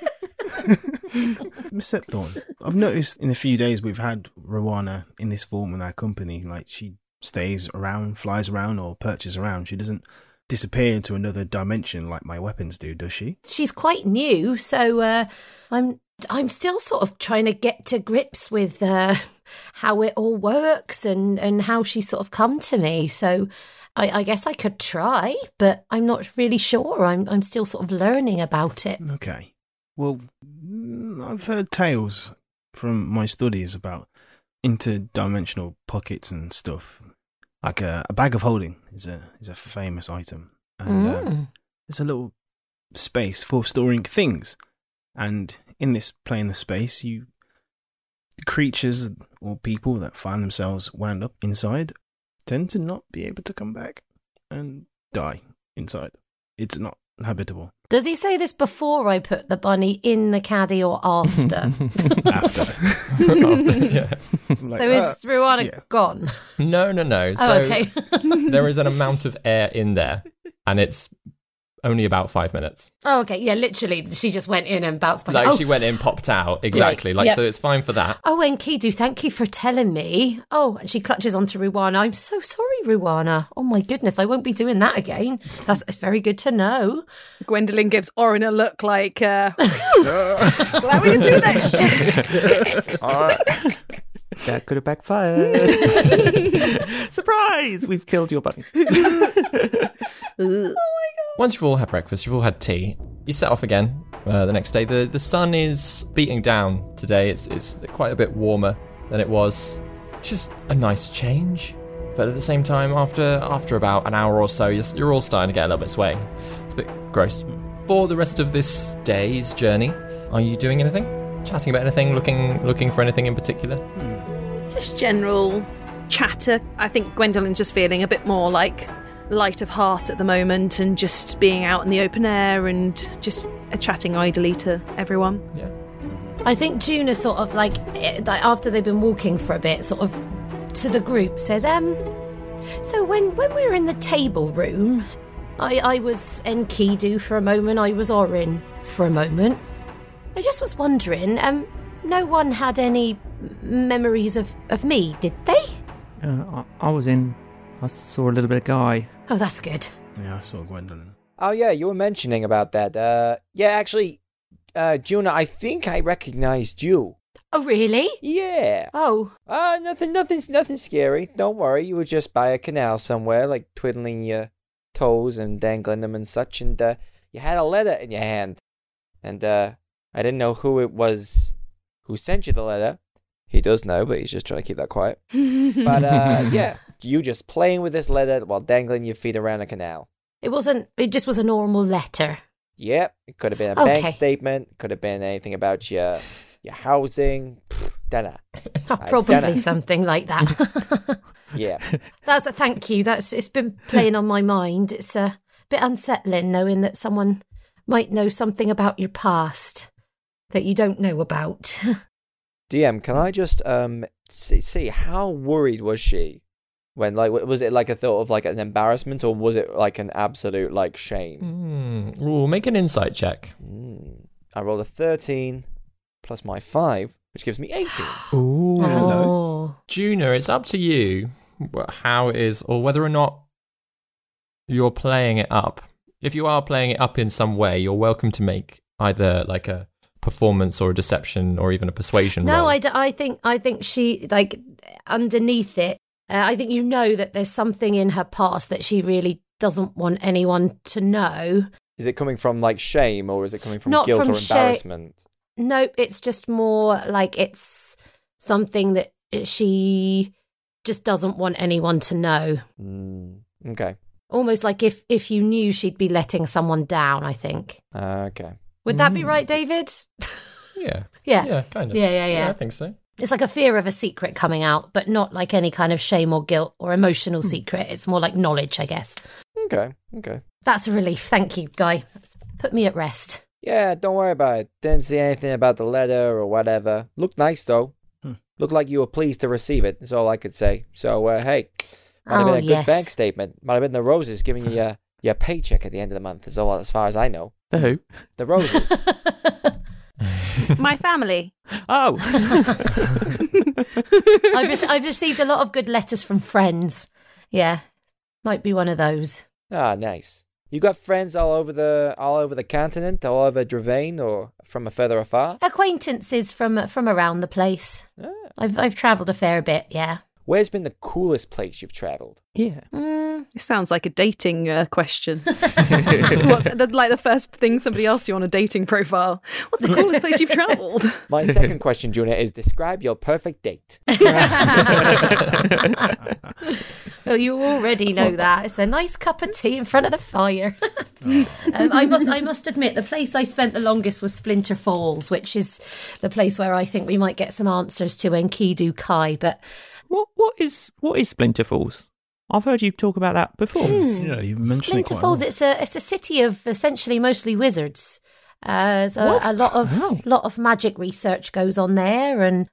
Speaker 9: Miss Setthorn, I've noticed in the few days we've had Rowana in this form in our company, like she stays around, flies around, or perches around. She doesn't disappear into another dimension like my weapons do, does she?
Speaker 7: She's quite new, so uh, I'm I'm still sort of trying to get to grips with uh, how it all works and and how she sort of come to me. So I, I guess I could try, but I'm not really sure. I'm I'm still sort of learning about it.
Speaker 9: Okay. Well, mm, I've heard tales from my studies about interdimensional pockets and stuff. Like a, a bag of holding is a is a famous item, and uh,
Speaker 7: Mm.
Speaker 9: there's a little space for storing things. And in this plane of space, you creatures or people that find themselves wound up inside tend to not be able to come back and die inside. It's not habitable.
Speaker 7: Does he say this before I put the bunny in the caddy or after?
Speaker 9: After.
Speaker 2: After- yeah.
Speaker 9: Like,
Speaker 7: so is
Speaker 9: "Ah."
Speaker 7: Ruana
Speaker 9: yeah.
Speaker 7: gone?
Speaker 2: No, no, no. So,
Speaker 7: oh, okay.
Speaker 2: there is an amount of air in there, and it's only about five minutes.
Speaker 7: oh, okay. Yeah, literally, she just went in and bounced back.
Speaker 2: Like
Speaker 7: oh,
Speaker 2: she went in, popped out. Exactly. Like
Speaker 7: Yep.
Speaker 2: so, it's fine for that.
Speaker 7: Oh, Enkidu, thank you for telling me. Oh, and she clutches onto Ruwana. I'm so sorry, Ruwana. Oh my goodness, I won't be doing that again. That's it's very good to know.
Speaker 8: Gwendolyn gives Orin a look like, uh, glad we didn't do that.
Speaker 5: That could have backfired. Surprise! We've killed your bunny. Uh,
Speaker 2: Once you've all had breakfast, you've all had tea. You set off again uh, the next day. the The sun is beating down today. It's it's quite a bit warmer than it was, which is a nice change. But at the same time, after after about an hour or so, you're, s- you're all starting to get a little bit sway. It's a bit gross. For the rest of this day's journey, are you doing anything? Chatting about anything? Looking looking for anything in particular?
Speaker 8: Just general chatter. I think Gwendolyn's just feeling a bit more like light of heart at the moment and just being out in the open air and just uh, chatting idly to everyone.
Speaker 2: Yeah.
Speaker 7: I think Juna sort of like, eh, like after they've been walking for a bit, sort of to the group says, um, so when when we were in the table room, I I was Enkidu for a moment, I was Orin for a moment. I just was wondering, um, no one had any m- memories of of me, did they?
Speaker 5: Uh, I, I was in. I saw a little bit of Guy.
Speaker 7: Oh, that's good.
Speaker 9: Yeah, I saw Gwendolyn.
Speaker 6: Oh yeah, you were mentioning about that. Uh, yeah, actually, uh, Juna, I think I recognized you.
Speaker 7: Oh, really?
Speaker 6: Yeah.
Speaker 7: Oh,
Speaker 6: Uh, nothing, nothing's nothing scary. Don't worry. You were just by a canal somewhere, like twiddling your toes and dangling them and such, and uh, you had a letter in your hand, and uh, I didn't know who it was who sent you the letter. He does know, but he's just trying to keep that quiet. but uh, yeah, you just playing with this letter while dangling your feet around a canal.
Speaker 7: it wasn't. It just was a normal letter.
Speaker 6: Yep, it could have been a
Speaker 7: Okay.
Speaker 6: bank statement. Could have been anything about your your housing. Pfft, dunno. I dunno.
Speaker 7: Probably something like that.
Speaker 6: Yeah.
Speaker 7: That's a thank you. That's it's been playing on my mind. It's a bit unsettling knowing that someone might know something about your past that you don't know about.
Speaker 6: DM, can I just um see, see how worried was she when like w- was it like a thought of like an embarrassment or was it like an absolute like shame?
Speaker 2: Mm. Ooh, make an insight check.
Speaker 6: Mm. I rolled a thirteen plus my five, which gives me eighteen.
Speaker 9: Ooh.
Speaker 7: oh,
Speaker 2: Juna, it's up to you wh- how it is, or whether or not you're playing it up. If you are playing it up in some way, you're welcome to make either like a performance or a deception or even a persuasion
Speaker 7: no,
Speaker 2: roll.
Speaker 7: I, d- I think I think she like underneath it. Uh, I think you know that there's something in her past that she really doesn't want anyone to know.
Speaker 6: Is it coming from like shame or is it coming from
Speaker 7: Not
Speaker 6: guilt
Speaker 7: from
Speaker 6: or
Speaker 7: sha-
Speaker 6: embarrassment?
Speaker 7: Nope, it's just more like it's something that she just doesn't want anyone to know.
Speaker 6: Mm. Okay.
Speaker 7: Almost like if if you knew she'd be letting someone down, I think.
Speaker 6: Okay.
Speaker 7: Would that be
Speaker 2: Mm.
Speaker 7: right, David?
Speaker 2: Yeah.
Speaker 7: Yeah.
Speaker 2: Yeah, kind of.
Speaker 7: Yeah, yeah, yeah.
Speaker 2: I think so.
Speaker 7: It's like a fear of a secret coming out, but not like any kind of shame or guilt or emotional
Speaker 2: Hmm.
Speaker 7: secret. It's more like knowledge, I guess.
Speaker 6: Okay. Okay.
Speaker 7: That's a relief. Thank you, Guy. That's put me at rest.
Speaker 6: Yeah, don't worry about it. Didn't see anything about the letter or whatever. Looked nice though.
Speaker 9: Hmm.
Speaker 6: Looked like you were pleased to receive it. That's all I could say. So uh, hey, might have
Speaker 7: oh,
Speaker 6: been a good
Speaker 7: yes.
Speaker 6: bank statement. Might have been the roses giving you your, your paycheck at the end of the month. Is all as far as I know.
Speaker 5: The who?
Speaker 6: The roses.
Speaker 8: My family.
Speaker 5: Oh!
Speaker 7: I've, rece- I've received a lot of good letters from friends. Yeah, might be one of those.
Speaker 6: ah, nice. You got friends all over the all over the continent, all over Dravain, or from a further afar.
Speaker 7: Acquaintances from from around the place.
Speaker 6: Ah.
Speaker 7: I've I've travelled a fair bit. Yeah.
Speaker 6: Where's been the coolest place you've travelled?
Speaker 5: yeah.
Speaker 7: Mm,
Speaker 8: It sounds like a dating uh, question. It's what's, the- like the first thing somebody asks you on a dating profile. What's the coolest place you've travelled?
Speaker 6: My second question, Juna, is describe your perfect date.
Speaker 7: well, Oh, you already know that. It's a nice cup of tea in front of the fire. um, I must I must admit the place I spent the longest was Splinter Falls, which is the place where I think we might get some answers to Enkidu Kai. But
Speaker 5: What what is what is Splinter Falls? I've heard you talk about that before.
Speaker 9: Hmm. Yeah, you've mentioned
Speaker 7: Splinter
Speaker 9: it quite
Speaker 7: Falls,
Speaker 9: a lot.
Speaker 7: it's a it's a city of essentially mostly wizards. Uh, so
Speaker 9: What?
Speaker 7: a lot of
Speaker 9: Wow.
Speaker 7: lot of magic research goes on there, and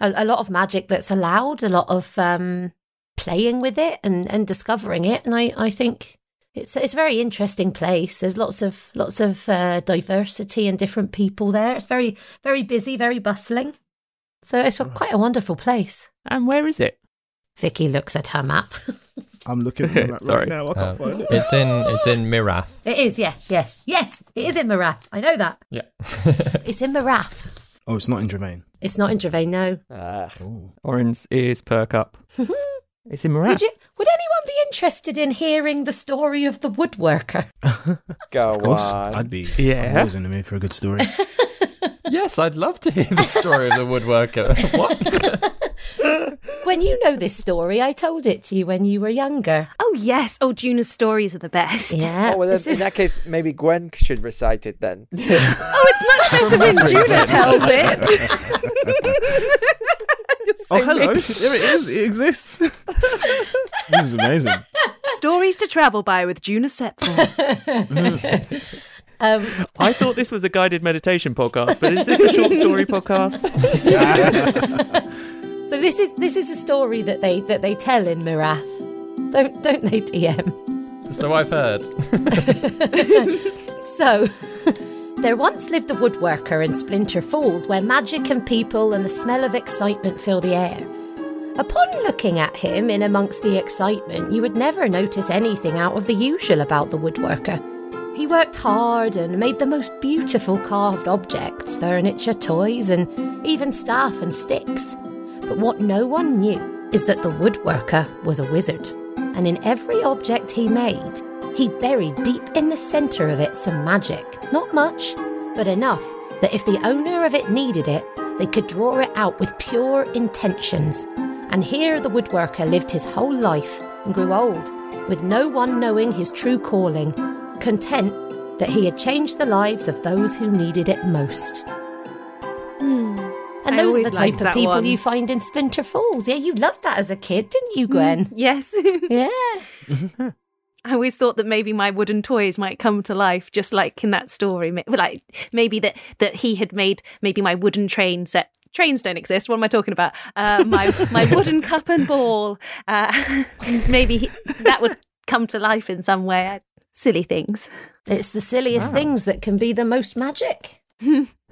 Speaker 7: a, a lot of magic that's allowed, a lot of um, playing with it and, and discovering it. And I, I think it's it's a very interesting place. There's lots of lots of uh, diversity and different people there. It's very very busy, very bustling. So it's a, quite a wonderful place.
Speaker 5: And where is it?
Speaker 7: Vicky looks at her map.
Speaker 4: I'm looking at that
Speaker 5: Sorry.
Speaker 4: right now. I
Speaker 2: Uh,
Speaker 4: can't find it.
Speaker 2: it's in it's in Mirath.
Speaker 7: it is, yeah, yes, yes. It is in Marath. I know that.
Speaker 2: Yeah.
Speaker 7: It's in Marath.
Speaker 9: Oh, it's not in Dravain.
Speaker 7: It's not in Dravain, no.
Speaker 6: Ah,
Speaker 9: Oh.
Speaker 5: Orin's ears perk up. It's in Morat.
Speaker 7: Would you? Would anyone be interested in hearing the story of the woodworker?
Speaker 6: go
Speaker 9: Of course,
Speaker 6: on.
Speaker 9: I'd be.
Speaker 5: Yeah.
Speaker 9: I'm always in the mood for a good story.
Speaker 2: yes, I'd love to hear the story of the woodworker. what?
Speaker 7: When you know this story, I told it to you when you were younger.
Speaker 8: Oh, yes. Oh, Juna's stories are the best.
Speaker 7: Yeah.
Speaker 6: Oh, well,
Speaker 7: this
Speaker 6: then, in
Speaker 7: is-
Speaker 6: that case, maybe Gwen should recite it then.
Speaker 8: Oh, it's much better when Juna tells it. You're so
Speaker 4: Oh, hello.
Speaker 8: rude.
Speaker 4: there it is. It exists.
Speaker 9: this is amazing.
Speaker 8: Stories to travel by with Juna Setthorn.
Speaker 7: um,
Speaker 5: I thought this was a guided meditation podcast, but is this a short story podcast?
Speaker 7: so this is this is a story that they that they tell in Mirath. Don't don't they DM?
Speaker 2: So I've heard.
Speaker 7: So, there once lived a woodworker in Splinter Falls where magic and people and the smell of excitement fill the air. Upon looking at him in amongst the excitement, you would never notice anything out of the usual about the woodworker. He worked hard and made the most beautiful carved objects, furniture, toys, and even staff and sticks. But what no one knew is that the woodworker was a wizard, and in every object he made, he buried deep in the centre of it some magic. Not much, but enough that if the owner of it needed it, they could draw it out with pure intentions. And here the woodworker lived his whole life and grew old, with no one knowing his true calling, content that he had changed the lives of those who needed it most. And
Speaker 8: Hmm. I
Speaker 7: those are the
Speaker 8: always liked
Speaker 7: type of
Speaker 8: that
Speaker 7: people
Speaker 8: one.
Speaker 7: you find in Splinter Falls. Yeah, you loved that as a kid, didn't you, Gwen?
Speaker 8: Mm, yes.
Speaker 7: Yeah.
Speaker 8: I always thought that maybe my wooden toys might come to life, just like in that story. Ma- Like maybe that that he had made maybe my wooden train set. Trains don't exist. What am I talking about? Uh, my my wooden cup and ball. Uh, maybe he, that would come to life in some way. Silly things.
Speaker 7: It's the silliest things that can be the most magic.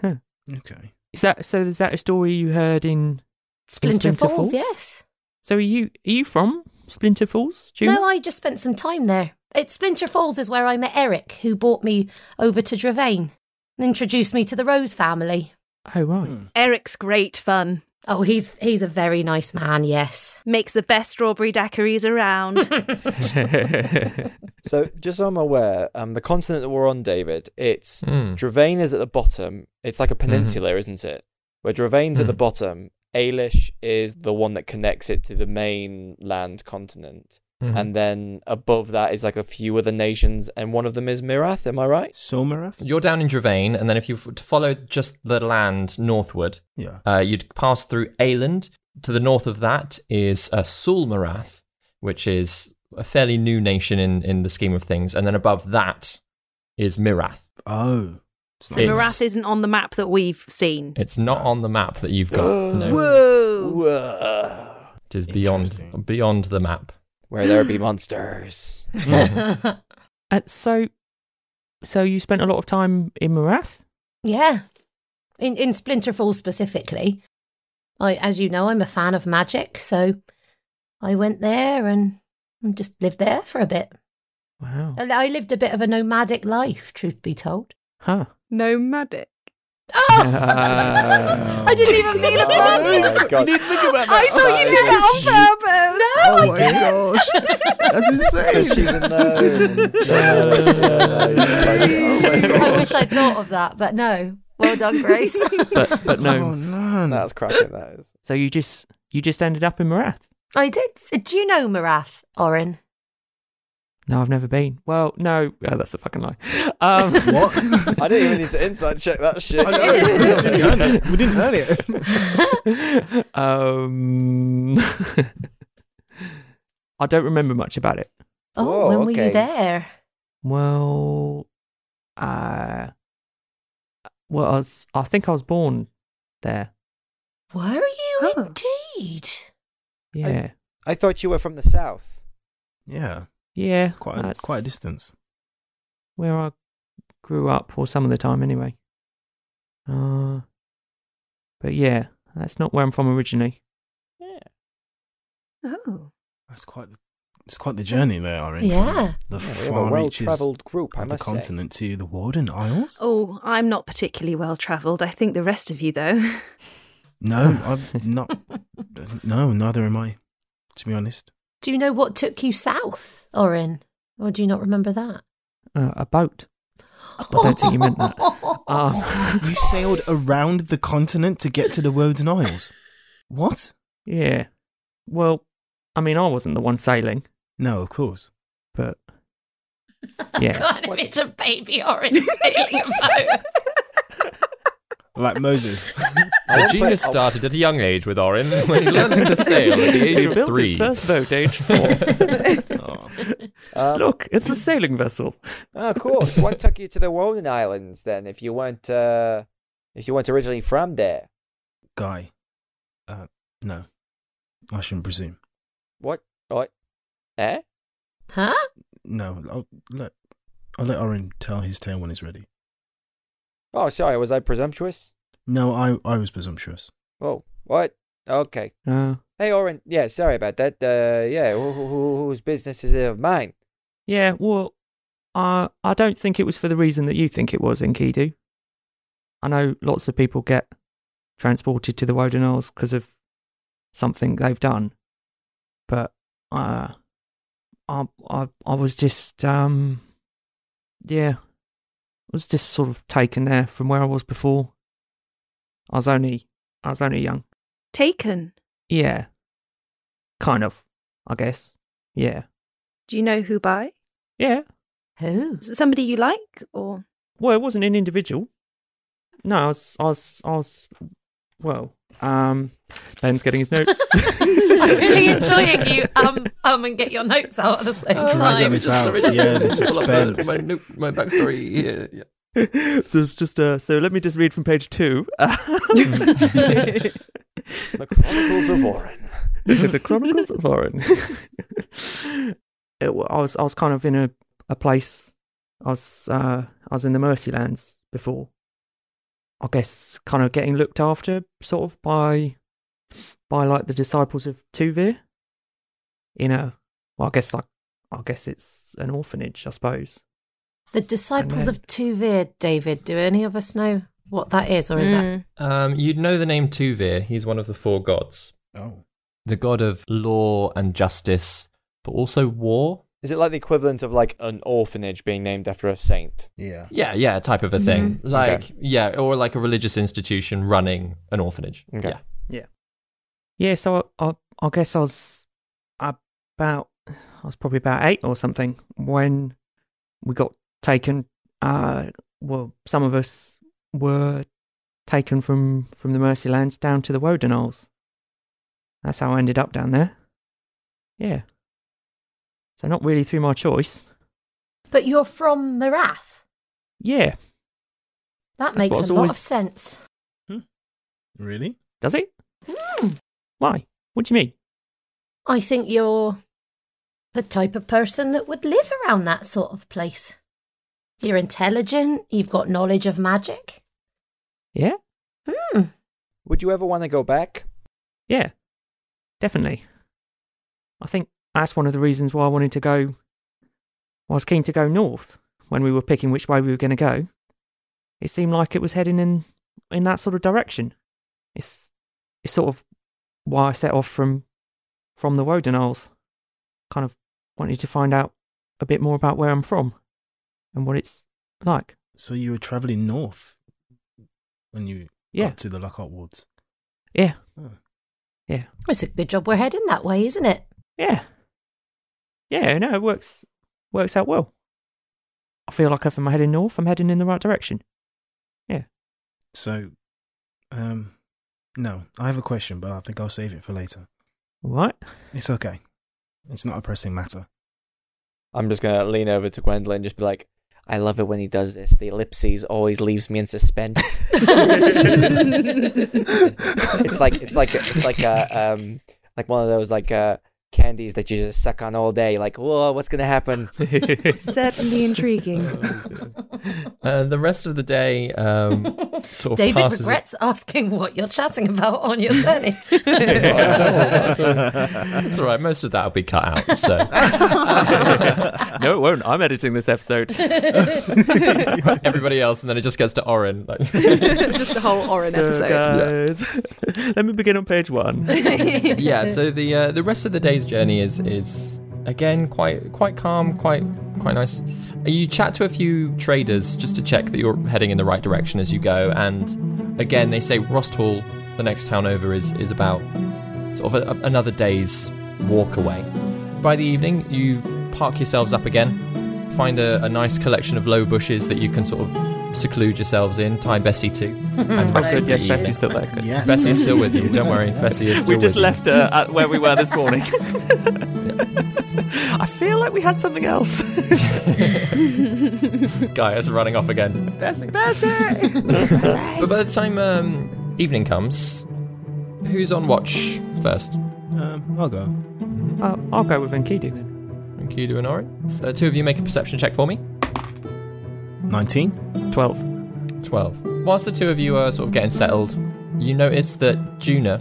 Speaker 9: Okay.
Speaker 5: Is that so? Is that a story you heard in
Speaker 7: Splinter,
Speaker 5: Splinter
Speaker 7: Falls,
Speaker 5: Falls?
Speaker 7: yes.
Speaker 5: So are you are you from Splinter Falls? June?
Speaker 7: No, I just spent some time there. At Splinter Falls is where I met Eric, who brought me over to Dravain and introduced me to the Rose family.
Speaker 5: Oh right.
Speaker 8: Eric's great fun.
Speaker 7: Oh, he's he's a very nice man, yes.
Speaker 8: Makes the best strawberry daiquiris around.
Speaker 6: So, just so I'm aware, um, the continent that we're on, David, it's
Speaker 2: Mm.
Speaker 6: Dravain is at the bottom. It's like a peninsula, isn't it? Where Dravain's at the
Speaker 2: Mm.
Speaker 6: bottom, Aelish is the one that connects it to the mainland continent.
Speaker 2: Mhm.
Speaker 6: And then above that is like a few other nations, and one of them is Mirath, am I right?
Speaker 9: Solmarath?
Speaker 2: You're down in Dravain, and then if you f- to follow just the land northward,
Speaker 9: Yeah.
Speaker 2: uh, you'd pass through Aland. To the north of that is uh, Sulmarath, which is a fairly new nation in, in the scheme of things. And then above that is Mirath.
Speaker 9: Oh.
Speaker 8: so
Speaker 2: It's-
Speaker 8: Marath isn't on the map that we've seen.
Speaker 2: It's not on the map that you've got. no,
Speaker 8: Whoa.
Speaker 6: Whoa.
Speaker 2: it is beyond
Speaker 9: Interesting.
Speaker 2: beyond the map.
Speaker 6: Where there be monsters.
Speaker 5: Uh, so, so you spent a lot of time in Marath.
Speaker 7: yeah. In in Splinter Falls specifically. I as you know, I'm a fan of magic, so I went there and and just lived there for a bit.
Speaker 5: Wow.
Speaker 7: I- I lived a bit of a nomadic life, truth be told.
Speaker 5: Huh.
Speaker 8: Nomadic.
Speaker 5: Oh!
Speaker 7: I didn't even mean a pun.
Speaker 6: my god.
Speaker 8: I thought you did that on purpose.
Speaker 4: Oh my gosh, that's
Speaker 6: Because
Speaker 4: insane.
Speaker 6: she's a gnome.
Speaker 4: Oh my
Speaker 7: I
Speaker 4: God.
Speaker 7: wish I'd thought of that, but no. Well done, Grace.
Speaker 5: But but
Speaker 9: Oh,
Speaker 5: no.
Speaker 9: no.
Speaker 6: That's cracking, that is.
Speaker 5: So you just you just ended up in Marath.
Speaker 7: I did. Do you know Marath, Orin?
Speaker 5: No, I've never been. Well, no, oh, that's a fucking lie. Um,
Speaker 4: What?
Speaker 6: I didn't even need to inside check that
Speaker 9: Oh,
Speaker 6: shit.
Speaker 4: I know. We didn't earn it. We didn't earn it.
Speaker 5: um, I don't remember much about it.
Speaker 7: Oh,
Speaker 6: Whoa,
Speaker 7: when were
Speaker 6: okay.
Speaker 7: you there?
Speaker 5: Well, uh, well, I, was, I think I was born there.
Speaker 7: Were you
Speaker 8: Oh.
Speaker 7: indeed?
Speaker 5: Yeah,
Speaker 6: I thought you were from the south.
Speaker 9: Yeah.
Speaker 5: yeah.
Speaker 9: It's quite a,
Speaker 5: that's
Speaker 9: quite a distance.
Speaker 5: where I grew up, or some of the time anyway. Uh, but yeah, that's not where I'm from originally.
Speaker 8: Oh.
Speaker 9: That's quite the, it's quite the journey there, Orin. from
Speaker 7: Yeah.
Speaker 9: The
Speaker 6: Yeah, we have a
Speaker 9: far reaches
Speaker 6: well-travelled group, I
Speaker 9: of the
Speaker 6: must say.
Speaker 9: continent to the Warden Isles.
Speaker 8: Oh, I'm not particularly well travelled. I think the rest of you, though.
Speaker 9: No, I'm not. no, neither am I. To be honest,
Speaker 7: Do you know what took you south, Orin? Or do you not remember that?
Speaker 5: Uh, a boat. I don't think you meant that. Um,
Speaker 9: you sailed around the continent to get to the Warden Isles. What?
Speaker 5: yeah. Well, I mean, I wasn't the one sailing,
Speaker 9: No, of course.
Speaker 5: but yeah,
Speaker 7: God, if it's a baby Orin sailing about.
Speaker 9: Like Moses.
Speaker 2: The genius started at a young age with Orin when oh. he learned to sail at the age
Speaker 5: he
Speaker 2: of
Speaker 5: built
Speaker 2: three.
Speaker 5: his first boat age four.
Speaker 2: Oh,
Speaker 6: Um,
Speaker 5: Look, it's a sailing vessel.
Speaker 6: Oh, cool. So what took you to the Woden Islands then? If you weren't, uh, if you weren't originally from there,
Speaker 9: Guy. Uh, no. I shouldn't presume.
Speaker 6: what? What? Eh?
Speaker 7: Huh?
Speaker 9: No, I'll let, I'll let Orin tell his tale when he's ready.
Speaker 6: Oh, sorry. Was I presumptuous?
Speaker 9: No, I, I was presumptuous.
Speaker 6: Oh, what? Okay.
Speaker 5: Uh,
Speaker 6: Hey, Oren. Yeah, sorry about that. Uh, yeah, who, who- who, whose business is it of mine?
Speaker 5: yeah, well, I I don't think it was for the reason that you think it was, Enkidu. I know lots of people get transported to the Woden Isles because of something they've done, but uh, I I I was just um, yeah, I was just sort of taken there from where I was before. I was only I was only young.
Speaker 8: Taken.
Speaker 5: Yeah. Kind of, I guess. Yeah.
Speaker 8: Do you know who by?
Speaker 5: Yeah.
Speaker 7: Who?
Speaker 8: Is it somebody you like or
Speaker 5: Well, it wasn't an individual. No, I was, I was, I was, well, um, Ben's getting his notes.
Speaker 7: I'm really enjoying you. Um, um, and get your notes out at the same
Speaker 9: Dragging
Speaker 7: time.
Speaker 9: Oh, this out. Yeah, the suspense.
Speaker 2: my, no- my backstory. Yeah, yeah.
Speaker 5: so it's just, uh, so let me just read from page two.
Speaker 6: The Chronicles of Oren.
Speaker 5: the Chronicles of Orin. it, wa- I was I was kind of in a, a place. I was uh, I was in the Mercylands before. I guess kind of getting looked after, sort of by by like the disciples of Tuvir. You know, well, I guess like I guess it's an orphanage, I suppose.
Speaker 7: The disciples
Speaker 5: then-
Speaker 7: of Tuvir, David. Do any of us know what that is, or is that?
Speaker 2: Um, you'd know the name Tuvir. He's one of the four gods,
Speaker 9: Oh.
Speaker 2: the god of law and justice, but also war.
Speaker 6: Is it like the equivalent of like an orphanage being named after a saint?
Speaker 9: Yeah.
Speaker 2: Yeah, yeah, type of a thing.
Speaker 7: Mm-hmm.
Speaker 2: Like, yeah, or like a religious institution running an orphanage.
Speaker 6: Okay.
Speaker 2: Yeah.
Speaker 5: Yeah, so I, I, I guess I was about, I was probably about eight or something when we got taken. Uh, well, some of us were taken from from the Mercylands down to the Woden Isles. That's how I ended up down there. Yeah. So not really through my choice.
Speaker 7: But you're from Marath.
Speaker 5: Yeah.
Speaker 7: That
Speaker 5: That's
Speaker 7: makes a
Speaker 5: what's
Speaker 7: lot
Speaker 5: always-
Speaker 7: of sense.
Speaker 9: Really?
Speaker 5: Does it?
Speaker 7: Hmm.
Speaker 5: Why? What do you mean?
Speaker 7: I think you're the type of person that would live around that sort of place. You're intelligent. You've got knowledge of magic.
Speaker 5: Yeah.
Speaker 7: Hmm.
Speaker 6: Would you ever want to go back?
Speaker 5: Yeah, definitely. I think that's one of the reasons why I wanted to go. why I was keen to go north when we were picking which way we were going to go. It seemed like it was heading in in that sort of direction. It's it's sort of why I set off from from the Woden Isles. Kind of wanted to find out a bit more about where I'm from and what it's like.
Speaker 9: So you were travelling north when you
Speaker 5: Yeah.
Speaker 9: got to the Lockhart Woods.
Speaker 5: Yeah,
Speaker 9: Oh.
Speaker 5: yeah.
Speaker 7: It's a good job we're heading that way, isn't it?
Speaker 5: Yeah. Yeah, no, it works works out well. I feel like if I'm heading north, I'm heading in the right direction.
Speaker 9: So, um, no, I have a question, but I think I'll save it for later.
Speaker 5: All right.
Speaker 9: It's okay. It's not a pressing matter.
Speaker 6: I'm just gonna lean over to Gwendolyn and just be like, I love it when he does this. The ellipses always leaves me in suspense. it's like it's like it's like a um like one of those like uh candies that you just suck on all day. Like, whoa, what's gonna happen?
Speaker 8: certainly intriguing?
Speaker 2: Uh, the rest of the day, um, sort of
Speaker 7: David
Speaker 2: passes
Speaker 7: regrets asking what you're chatting about on your journey.
Speaker 2: It's all right. Most of that will be cut out. So
Speaker 5: no, it won't. I'm editing this episode.
Speaker 2: everybody else, and then it just gets to Orin. Like,
Speaker 8: Just a whole Orin episode.
Speaker 5: let me begin on page one.
Speaker 2: yeah. So the uh, the rest of the day's journey is is again quite quite calm, quite quite nice. Uh, You chat to a few traders just to check that you're heading in the right direction as you go, and again they say Rosthall, the next town over, is is about sort of a, another day's walk away. By the evening, you park yourselves up again, find a, a nice collection of low bushes that you can sort of seclude yourselves in. Tie Bessie to. and
Speaker 5: Oh,
Speaker 7: I've
Speaker 2: rest
Speaker 7: said
Speaker 2: of the
Speaker 7: yes,
Speaker 2: evening.
Speaker 7: Bessie's
Speaker 5: still there.
Speaker 9: Yes.
Speaker 2: Bessie's still with you. Don't worry,
Speaker 9: Yeah.
Speaker 2: Bessie is still
Speaker 5: We just
Speaker 2: with you.
Speaker 5: left her at where we were this morning. I feel like we had something else.
Speaker 2: Gaius running off again.
Speaker 5: That's it.
Speaker 2: But by the time um, evening comes, who's on watch first?
Speaker 9: Um, I'll go.
Speaker 5: Uh, I'll go with Enkidu then.
Speaker 2: Enkidu and Ori. The two of you make a perception check for me.
Speaker 9: 19?
Speaker 5: 12.
Speaker 2: 12. Whilst the two of you are sort of getting settled, you notice that Juna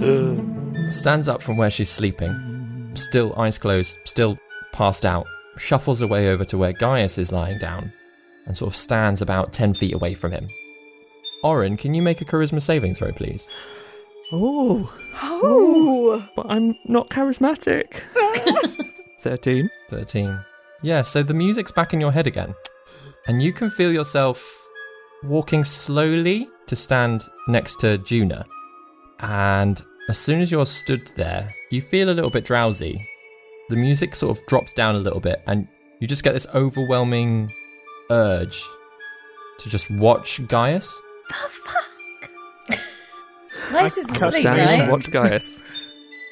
Speaker 2: stands up from where she's sleeping, still eyes closed, still passed out, shuffles away over to where Gaius is lying down, and sort of stands about 10 feet away from him. Orin, can you make a charisma saving throw, please?
Speaker 5: Oh,
Speaker 8: Oh.
Speaker 5: but I'm not charismatic. 13.
Speaker 2: 13. Yeah, so the music's back in your head again, and you can feel yourself walking slowly to stand next to Juna. And as soon as you're stood there, you feel a little bit drowsy. The music sort of drops down a little bit, and you just get this overwhelming urge to just watch Gaius.
Speaker 9: Gaius
Speaker 3: Gaius
Speaker 9: is
Speaker 3: is
Speaker 9: I
Speaker 3: asleep,
Speaker 9: can't asleep, stand
Speaker 5: Stand
Speaker 9: right?
Speaker 5: and
Speaker 3: right?
Speaker 5: watch Gaius.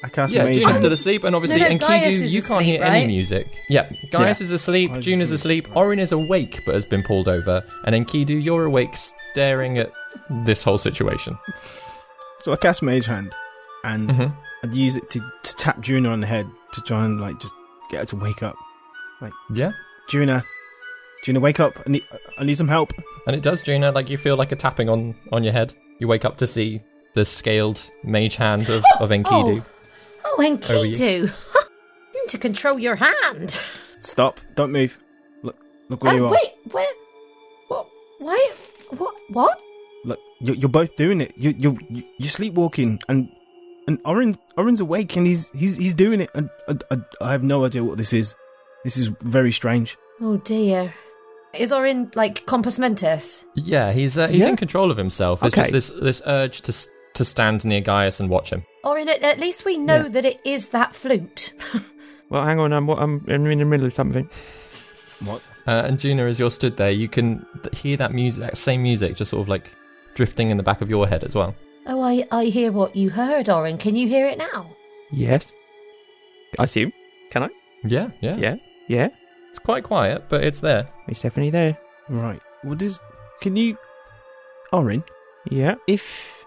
Speaker 9: I cast
Speaker 2: yeah,
Speaker 9: Mage
Speaker 2: Juna's
Speaker 9: Hand.
Speaker 2: still asleep, and obviously,
Speaker 3: No, no,
Speaker 2: and Enkidu,
Speaker 3: Gaius is
Speaker 2: you can't
Speaker 3: asleep,
Speaker 2: hear any
Speaker 3: right?
Speaker 2: music. Yeah, Gaius
Speaker 5: Yeah.
Speaker 2: is asleep,
Speaker 9: Gaius is
Speaker 2: Juna's
Speaker 9: asleep.
Speaker 2: asleep, Orin is awake but has been pulled over, and Enkidu, you're awake staring at this whole situation.
Speaker 9: So I cast Mage Hand, and
Speaker 2: Mhm.
Speaker 9: I'd use it to, to tap Juna on the head to try and like just get her to wake up.
Speaker 2: Yeah.
Speaker 9: Juna, Juna, wake up! I need, I need some help.
Speaker 2: And it does, Juna. Like you feel like a tapping on on your head. You wake up to see the scaled mage hand of, of Enkidu.
Speaker 7: Oh,
Speaker 2: Over you.
Speaker 7: Enkidu. Huh. You need to control your hand.
Speaker 9: Stop! Don't move. Look, look where
Speaker 7: Uh,
Speaker 9: you are.
Speaker 7: wait, where? What? Why? What? What?
Speaker 9: Look, you're, you're both doing it. You, you, you, you're sleepwalking, and and Orin, Orin's awake, and he's he's he's doing it. And I, I, I have no idea what this is. This is very strange.
Speaker 7: Oh dear. Is Orin like compass mentis?
Speaker 2: Yeah, he's uh, he's
Speaker 5: Yeah.
Speaker 2: in control of himself. It's
Speaker 5: Okay.
Speaker 2: just this this urge to s- to stand near Gaius and watch him.
Speaker 7: Orin, at, at least we know
Speaker 5: Yeah.
Speaker 7: that it is that flute.
Speaker 5: Well, hang on, I'm, I'm, I'm in the middle of something.
Speaker 9: What?
Speaker 2: Uh, and Juna, as you're stood there, you can th- hear that music, that same music, just sort of like drifting in the back of your head as well.
Speaker 7: oh, I, I hear what you heard, Orin. Can you hear it now?
Speaker 5: Yes. I assume. Can I?
Speaker 2: Yeah, yeah,
Speaker 5: Yeah. Yeah.
Speaker 2: It's quite quiet, but it's there.
Speaker 5: Is Stephanie there?
Speaker 9: Right. What is? Can you, Orin?
Speaker 5: Yeah.
Speaker 9: If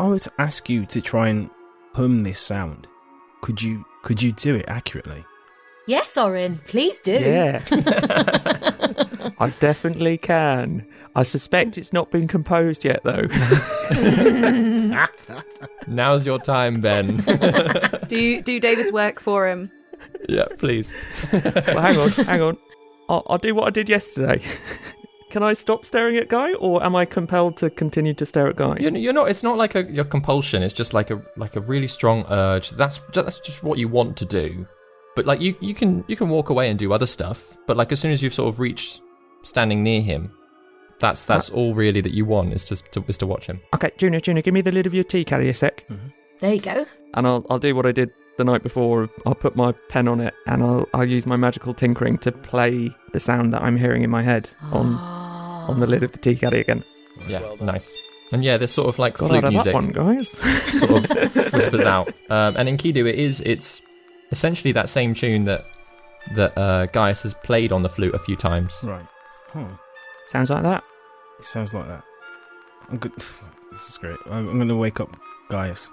Speaker 9: I were to ask you to try and hum this sound, could you could you do it accurately?
Speaker 7: Yes, Orin. Please do.
Speaker 5: Yeah. I definitely can. I suspect it's not been composed yet, though.
Speaker 2: Now's your time, Ben.
Speaker 8: Do do David's work for him.
Speaker 2: yeah, please.
Speaker 5: well, hang on, hang on. I'll, I'll do what I did yesterday. Can I stop staring at Guy, or am I compelled to continue to stare at Guy?
Speaker 2: You're, you're not. It's not like a your compulsion. It's just like a like a really strong urge. That's that's just what you want to do. But like you you can you can walk away and do other stuff. But like as soon as you've sort of reached standing near him, that's that's all really that you want is just to, is to watch him.
Speaker 5: Okay, Junior, Junior, give me the lid of your tea caddy a sec,
Speaker 7: There you go.
Speaker 5: and I'll I'll do what I did the night before. I'll put my pen on it, and I'll I'll use my magical tinkering to play the sound that I'm hearing in my head on on the lid of the tea caddy again.
Speaker 2: Yeah,
Speaker 6: Well done.
Speaker 2: nice. And yeah, this sort of like
Speaker 5: God,
Speaker 2: flute
Speaker 5: I'd have
Speaker 2: music
Speaker 5: that one, guys.
Speaker 2: sort of whispers out. Um, and in Kidu, it is it's essentially that same tune that that uh, Gaius has played on the flute a few times.
Speaker 9: Right. Huh.
Speaker 5: Sounds like that.
Speaker 9: It sounds like that. I'm good. This is great. I'm, I'm gonna wake up Gaius.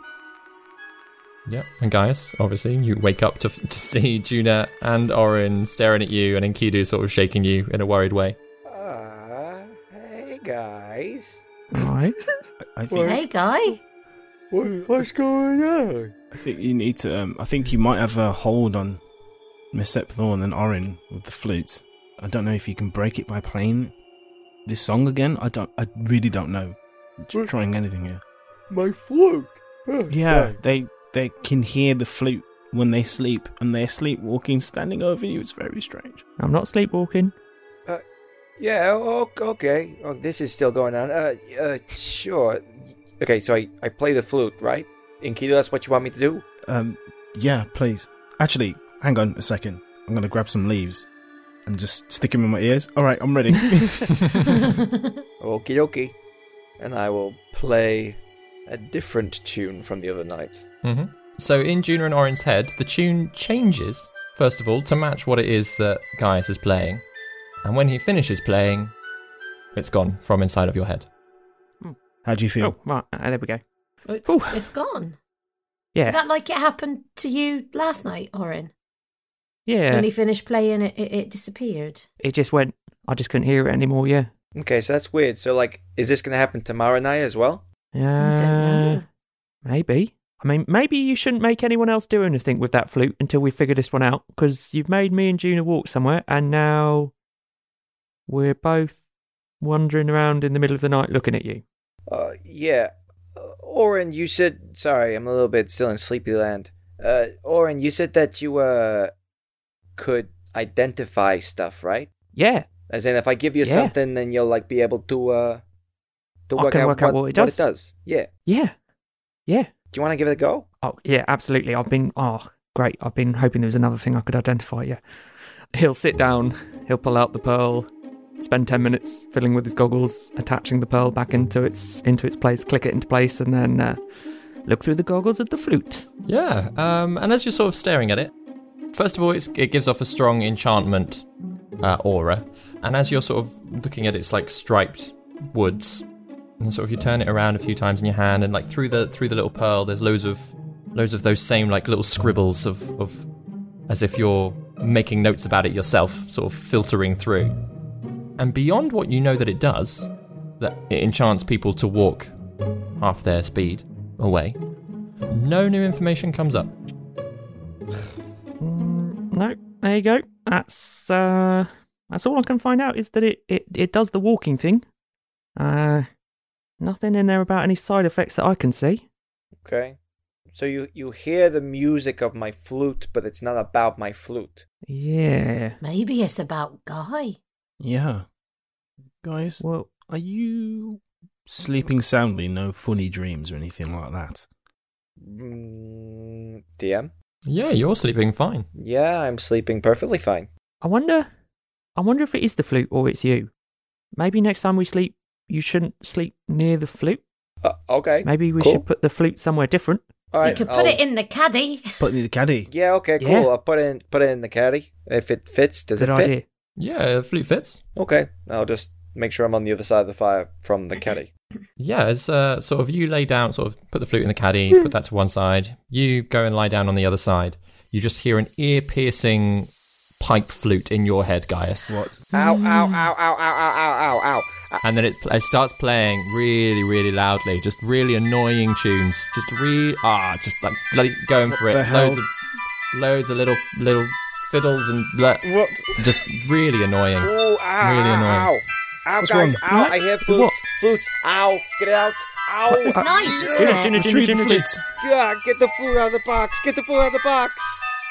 Speaker 2: Yeah, and Gaius, obviously, you wake up to, to see Juna and Orin staring at you, and Enkidu sort of shaking you in a worried way.
Speaker 6: Uh, hey guys.
Speaker 5: All right.
Speaker 9: I, I think
Speaker 7: Hey, guy.
Speaker 6: What, what's going on?
Speaker 9: I think you need to. Um, I think you might have a hold on Mesepthorn and Orin with the flute. I don't know if you can break it by playing this song again. I don't. I really don't know. Tr- Trying anything here.
Speaker 6: My float.
Speaker 9: Yeah, they they can hear the flute when they sleep, and they're sleepwalking, standing over you. It's very strange.
Speaker 5: I'm not sleepwalking.
Speaker 6: Yeah, o- o- okay. Oh, this is still going on. Uh, uh, sure. Okay, so I, I play the flute, right? Enkidu, that's what you want me to do?
Speaker 9: Um, yeah, please. Actually, hang on a second. I'm gonna grab some leaves and just stick them in my ears. All right, I'm ready.
Speaker 6: Okie dokie. And I will play a
Speaker 2: Mm-hmm.
Speaker 6: different tune from the other night.
Speaker 2: hmm So, in Juna and Orin's head, the tune changes first of all, to match what it is that Gaius is playing. And when he finishes playing, it's gone from inside of your head.
Speaker 9: How do you feel?
Speaker 5: Oh, right. Uh, there we go.
Speaker 7: It's,
Speaker 5: Ooh.
Speaker 7: it's gone.
Speaker 5: Yeah.
Speaker 7: Is that like it happened to you last night, Orin?
Speaker 5: yeah.
Speaker 7: When he finished playing, it, it, it disappeared.
Speaker 5: It just went. I just couldn't hear it anymore. Yeah.
Speaker 6: Okay, so that's weird. So, like, is this going to happen tomorrow night as well?
Speaker 5: Yeah.
Speaker 7: I don't know.
Speaker 5: Maybe. I mean, maybe you shouldn't make anyone else do anything with that flute until we figure this one out, because you've made me and Juna walk somewhere, and now we're both wandering around in the middle of the night looking at you.
Speaker 6: Uh, yeah. Uh, Oren, you said. Sorry, I'm a little bit still in sleepy land. Uh, Oren, you said that you uh could identify stuff, right?
Speaker 5: Yeah.
Speaker 6: As in, if I give you
Speaker 5: Yeah.
Speaker 6: something, then you'll like be able to uh to
Speaker 5: I
Speaker 6: work
Speaker 5: can
Speaker 6: out,
Speaker 5: work
Speaker 6: what,
Speaker 5: out what it does.
Speaker 6: Yeah.
Speaker 5: Yeah. Yeah.
Speaker 6: Do you want to give it a go?
Speaker 5: Oh, yeah, absolutely. I've been. Oh, great. I've been hoping there was another thing I could identify. Yeah. He'll sit down, he'll pull out the pearl, spend 10 minutes fiddling with his goggles, attaching the pearl back into its into its place, click it into place, and then uh, look through the goggles at the flute.
Speaker 2: Yeah, um, and as you're sort of staring at it, first of all, it's, it gives off a strong enchantment uh, aura, and as you're sort of looking at its like striped woods, and sort of you turn it around a few times in your hand, and like through the through the little pearl, there's loads of loads of those same like little scribbles of of as if you're making notes about it yourself, sort of filtering through, and beyond what you know that it does, that it enchants people to walk half their speed away. No new information comes up.
Speaker 5: No, there you go. That's uh, that's all I can find out is that it it, it does the walking thing. Uh, nothing in there about any side effects that I can see.
Speaker 6: Okay. So you you hear the music of my flute, but it's not about my flute.
Speaker 5: Yeah.
Speaker 7: Maybe it's about Guy.
Speaker 9: Yeah. Guys,
Speaker 5: Well,
Speaker 9: are you sleeping soundly? No funny dreams or anything like that?
Speaker 6: Mm, DM.
Speaker 2: Yeah, you're sleeping fine.
Speaker 6: Yeah, I'm sleeping perfectly fine.
Speaker 5: I wonder, I wonder if it is the flute or it's you. Maybe next time we sleep, you shouldn't sleep near the flute.
Speaker 6: Uh, okay.
Speaker 5: Maybe we
Speaker 6: cool.
Speaker 5: should put the flute somewhere different.
Speaker 6: All
Speaker 7: you could put
Speaker 6: I'll-
Speaker 7: it in the caddy.
Speaker 9: Put the caddy.
Speaker 6: Yeah. Okay.
Speaker 5: Yeah.
Speaker 6: Cool. I'll put it in put it in the caddy if it fits. Does
Speaker 5: Good
Speaker 6: it fit?
Speaker 5: idea.
Speaker 2: Yeah, flute fits.
Speaker 6: Okay. I'll just make sure I'm on the other side of the fire from the caddy.
Speaker 2: Yeah, as uh, sort of you lay down, sort of put the flute in the caddy, put that to one side. You go and lie down on the other side. You just hear an ear-piercing pipe flute in your head, Gaius,
Speaker 9: What?
Speaker 6: Ow! Ow! Ow! Ow! Ow! Ow! Ow! Ow! Ow!
Speaker 2: and then it, it starts playing really, really loudly, just really annoying tunes, just re ah, just like bloody going for
Speaker 9: What
Speaker 2: it.
Speaker 9: the
Speaker 2: Loads
Speaker 9: hell?
Speaker 2: of loads of little little fiddles and blah,
Speaker 9: What?
Speaker 2: just really annoying.
Speaker 6: Ooh, ow,
Speaker 2: Really
Speaker 6: ow,
Speaker 2: annoying.
Speaker 6: Ow, ow
Speaker 9: What's
Speaker 6: guys,
Speaker 9: wrong?
Speaker 6: ow,
Speaker 5: What?
Speaker 6: I hear flutes,
Speaker 5: What?
Speaker 6: flutes, ow, get it out, ow,
Speaker 7: It's nice, isn't
Speaker 5: Gina,
Speaker 7: it?
Speaker 5: Gina, Gina,
Speaker 9: Retrieve the
Speaker 5: Gina, Gina.
Speaker 9: flute.
Speaker 6: yeah, get the flute out of the box, get the flute out of the box.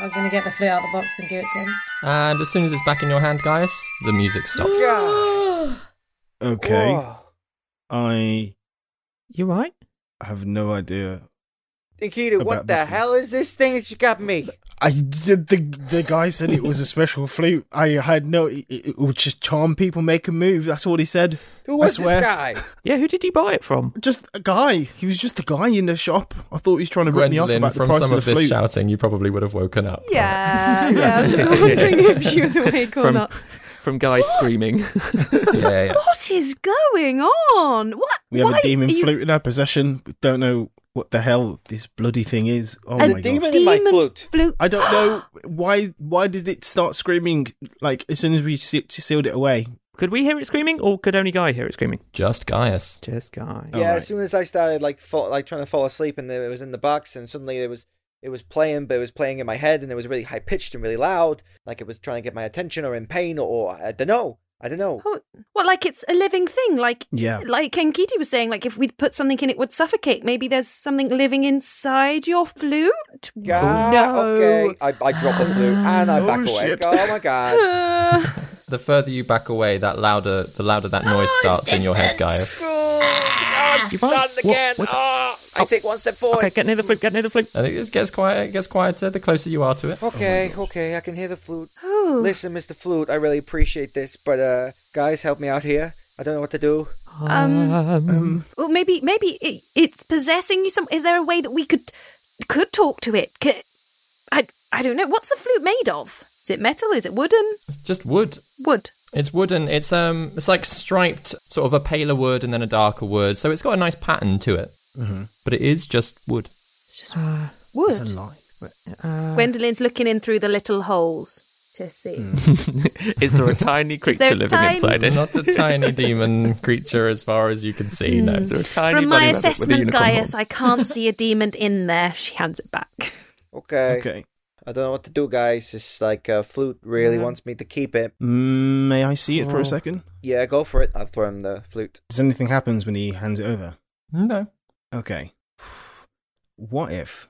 Speaker 7: I'm going to get the flute out of the box and give it to him.
Speaker 2: And as soon as it's back in your hand, Gaius, the music stops.
Speaker 6: Yeah.
Speaker 9: Okay.
Speaker 6: Oh.
Speaker 9: I
Speaker 5: You right?
Speaker 9: have no idea.
Speaker 6: Nikita, what
Speaker 9: About
Speaker 6: the
Speaker 9: this one.
Speaker 6: hell is this thing that you got me?
Speaker 9: I did the the guy said it was a special flute. I had no. It, it would just charm people, make a move. That's all he said.
Speaker 6: Who was
Speaker 9: I
Speaker 6: this
Speaker 9: swear.
Speaker 6: guy?
Speaker 5: Yeah. Who did you buy it from?
Speaker 9: Just a guy. He was just a guy in the shop. I thought he was trying to rip me off
Speaker 2: Gwendolyn,
Speaker 9: about the
Speaker 2: from
Speaker 9: price
Speaker 2: some
Speaker 9: of
Speaker 2: of
Speaker 9: the
Speaker 2: this
Speaker 9: flute.
Speaker 2: shouting, you probably would have woken up.
Speaker 8: Yeah, yeah. I was just wondering if she was awake or
Speaker 5: from
Speaker 8: not.
Speaker 5: from guys screaming.
Speaker 2: Yeah, yeah, yeah.
Speaker 8: What is going on? What?
Speaker 9: We have
Speaker 8: why
Speaker 9: a demon
Speaker 8: are you-
Speaker 9: flute in our possession. We don't know what the hell this bloody thing is. Oh
Speaker 6: A
Speaker 9: my
Speaker 6: demon
Speaker 9: god.
Speaker 6: in my
Speaker 8: Demon
Speaker 6: flute.
Speaker 8: flute.
Speaker 9: I don't know why. Why did it start screaming? Like as soon as we se- sealed it away.
Speaker 5: could we hear it screaming, or could only guy hear it screaming?
Speaker 2: Just Gaius.
Speaker 5: Just guy.
Speaker 6: Yeah, as soon as I started like fall, like trying to fall asleep, and then it was in the box, and suddenly it was it was playing, but it was playing in my head, and it was really high pitched and really loud, like it was trying to get my attention or in pain or, or I don't know, I don't know.
Speaker 8: Oh, well, like it's a living thing. Like,
Speaker 9: Yeah.
Speaker 8: like Enkiti was saying, like if we'd put something in, it would suffocate. Maybe there's something living inside your flute.
Speaker 6: God, Okay, I, I drop the flute and I
Speaker 9: Oh,
Speaker 6: back away.
Speaker 9: shit.
Speaker 6: Oh my god.
Speaker 8: Uh,
Speaker 2: The further you back away, that louder the louder that noise starts in your head, Gaius.
Speaker 6: Oh, it's
Speaker 5: You fine?
Speaker 6: starting
Speaker 5: What-
Speaker 6: again.
Speaker 5: what's-
Speaker 9: Ah,
Speaker 6: oh, I take one step forward.
Speaker 5: Okay, get near the flute. Get near the flute.
Speaker 2: And it just gets quiet, it gets quieter the closer you are to it.
Speaker 6: Okay, okay, I can hear the flute.
Speaker 8: oh.
Speaker 6: Listen, Mr. Flute, I really appreciate this, but uh, guys, help me out here. I don't know what to do.
Speaker 8: Um,
Speaker 5: Um,
Speaker 8: Well, maybe maybe it, it's possessing you. Some is there a way that we could could talk to it? C I I don't know. What's the flute made of? Is it metal? Is it wooden?
Speaker 2: It's just wood.
Speaker 8: Wood.
Speaker 2: It's wooden. It's um, it's like striped, sort of a paler wood and then a darker wood. So it's got a nice pattern to it.
Speaker 9: Mm-hmm.
Speaker 2: But it is just wood.
Speaker 8: It's just wood.
Speaker 9: It's a lie.
Speaker 5: Uh,
Speaker 8: Gwendolyn's looking in through the little holes to see.
Speaker 10: Is there a tiny creature
Speaker 8: there
Speaker 10: living
Speaker 8: tiny-
Speaker 10: inside it?
Speaker 2: Not a tiny demon creature, as far as you can see. No,
Speaker 10: Is there a tiny
Speaker 8: From
Speaker 10: bunny
Speaker 8: my
Speaker 10: rabbit with a
Speaker 8: assessment,
Speaker 10: unicorn horn?
Speaker 8: Gaius, I can't see a demon in there. She hands it back.
Speaker 6: Okay.
Speaker 9: Okay.
Speaker 6: I don't know what to do, guys. It's like uh, flute really wants me to keep it.
Speaker 9: Mm, May I see it for
Speaker 5: Oh.
Speaker 9: a second?
Speaker 6: Yeah, go for it. I'll throw him the flute.
Speaker 9: Does anything happens when he hands it over?
Speaker 2: no.
Speaker 9: Okay. What if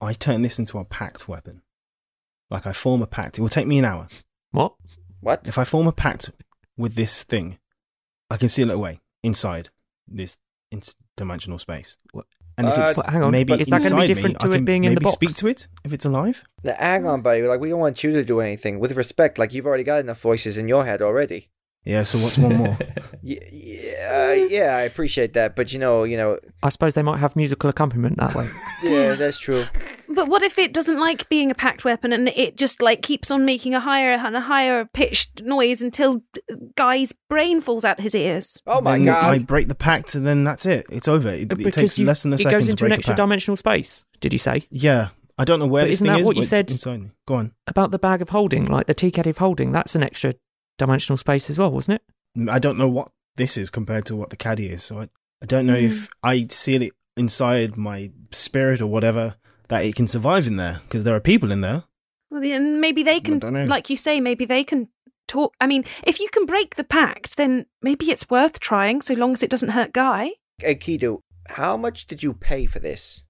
Speaker 9: I turn this into a packed weapon? Like I form a pact. It will take me an hour.
Speaker 5: what?
Speaker 6: What?
Speaker 9: If I form a pact with this thing, I can seal it away inside this interdimensional space.
Speaker 5: What?
Speaker 9: And if it's
Speaker 6: Uh,
Speaker 5: Well, hang on,
Speaker 9: maybe
Speaker 5: but is that gonna be
Speaker 9: inside
Speaker 5: different
Speaker 9: me,
Speaker 5: to
Speaker 9: I
Speaker 5: it
Speaker 9: can
Speaker 5: being in the
Speaker 9: maybe speak
Speaker 5: box?
Speaker 9: to it if it's alive.
Speaker 6: Now, hang on, buddy. Like, we don't want you to do anything. With respect, like, you've already got enough voices in your head already.
Speaker 9: Yeah. So what's one more?
Speaker 6: Y- yeah, uh, yeah, I appreciate that, but you know, you know,
Speaker 5: I suppose they might have musical accompaniment that way.
Speaker 6: yeah, that's true.
Speaker 8: But what if it doesn't like being a packed weapon and it just like keeps on making a higher and a higher pitched noise until Guy's brain falls out his ears?
Speaker 6: Oh my
Speaker 9: Then I
Speaker 6: god.
Speaker 9: break the pact, and then that's it. It's over. It, it
Speaker 5: Because
Speaker 9: takes
Speaker 5: you-
Speaker 9: less than a
Speaker 5: it
Speaker 9: second
Speaker 5: goes
Speaker 9: to
Speaker 5: into
Speaker 9: break
Speaker 5: an
Speaker 9: the
Speaker 5: extra
Speaker 9: pact.
Speaker 5: dimensional space. Did you say
Speaker 9: Yeah, I don't know where
Speaker 5: But
Speaker 9: this
Speaker 5: isn't
Speaker 9: thing
Speaker 5: that
Speaker 9: is,
Speaker 5: what you
Speaker 9: but it's
Speaker 5: said?
Speaker 9: inside me. Go on.
Speaker 5: about the bag of holding, like the tea caddy of holding? That's an extra dimensional space as well, wasn't it?
Speaker 9: Mm, I don't know what this is compared to what the caddy is, so I, I don't know
Speaker 5: Mm.
Speaker 9: if I seal it inside my spirit or whatever that it can survive in there because there are people in there.
Speaker 8: Well, then maybe they can,
Speaker 9: dunno.
Speaker 8: like you say, maybe they can talk. I mean, if you can break the pact, then maybe it's worth trying, so long as it doesn't hurt Guy.
Speaker 6: Hey, Kido, how much did you pay for this?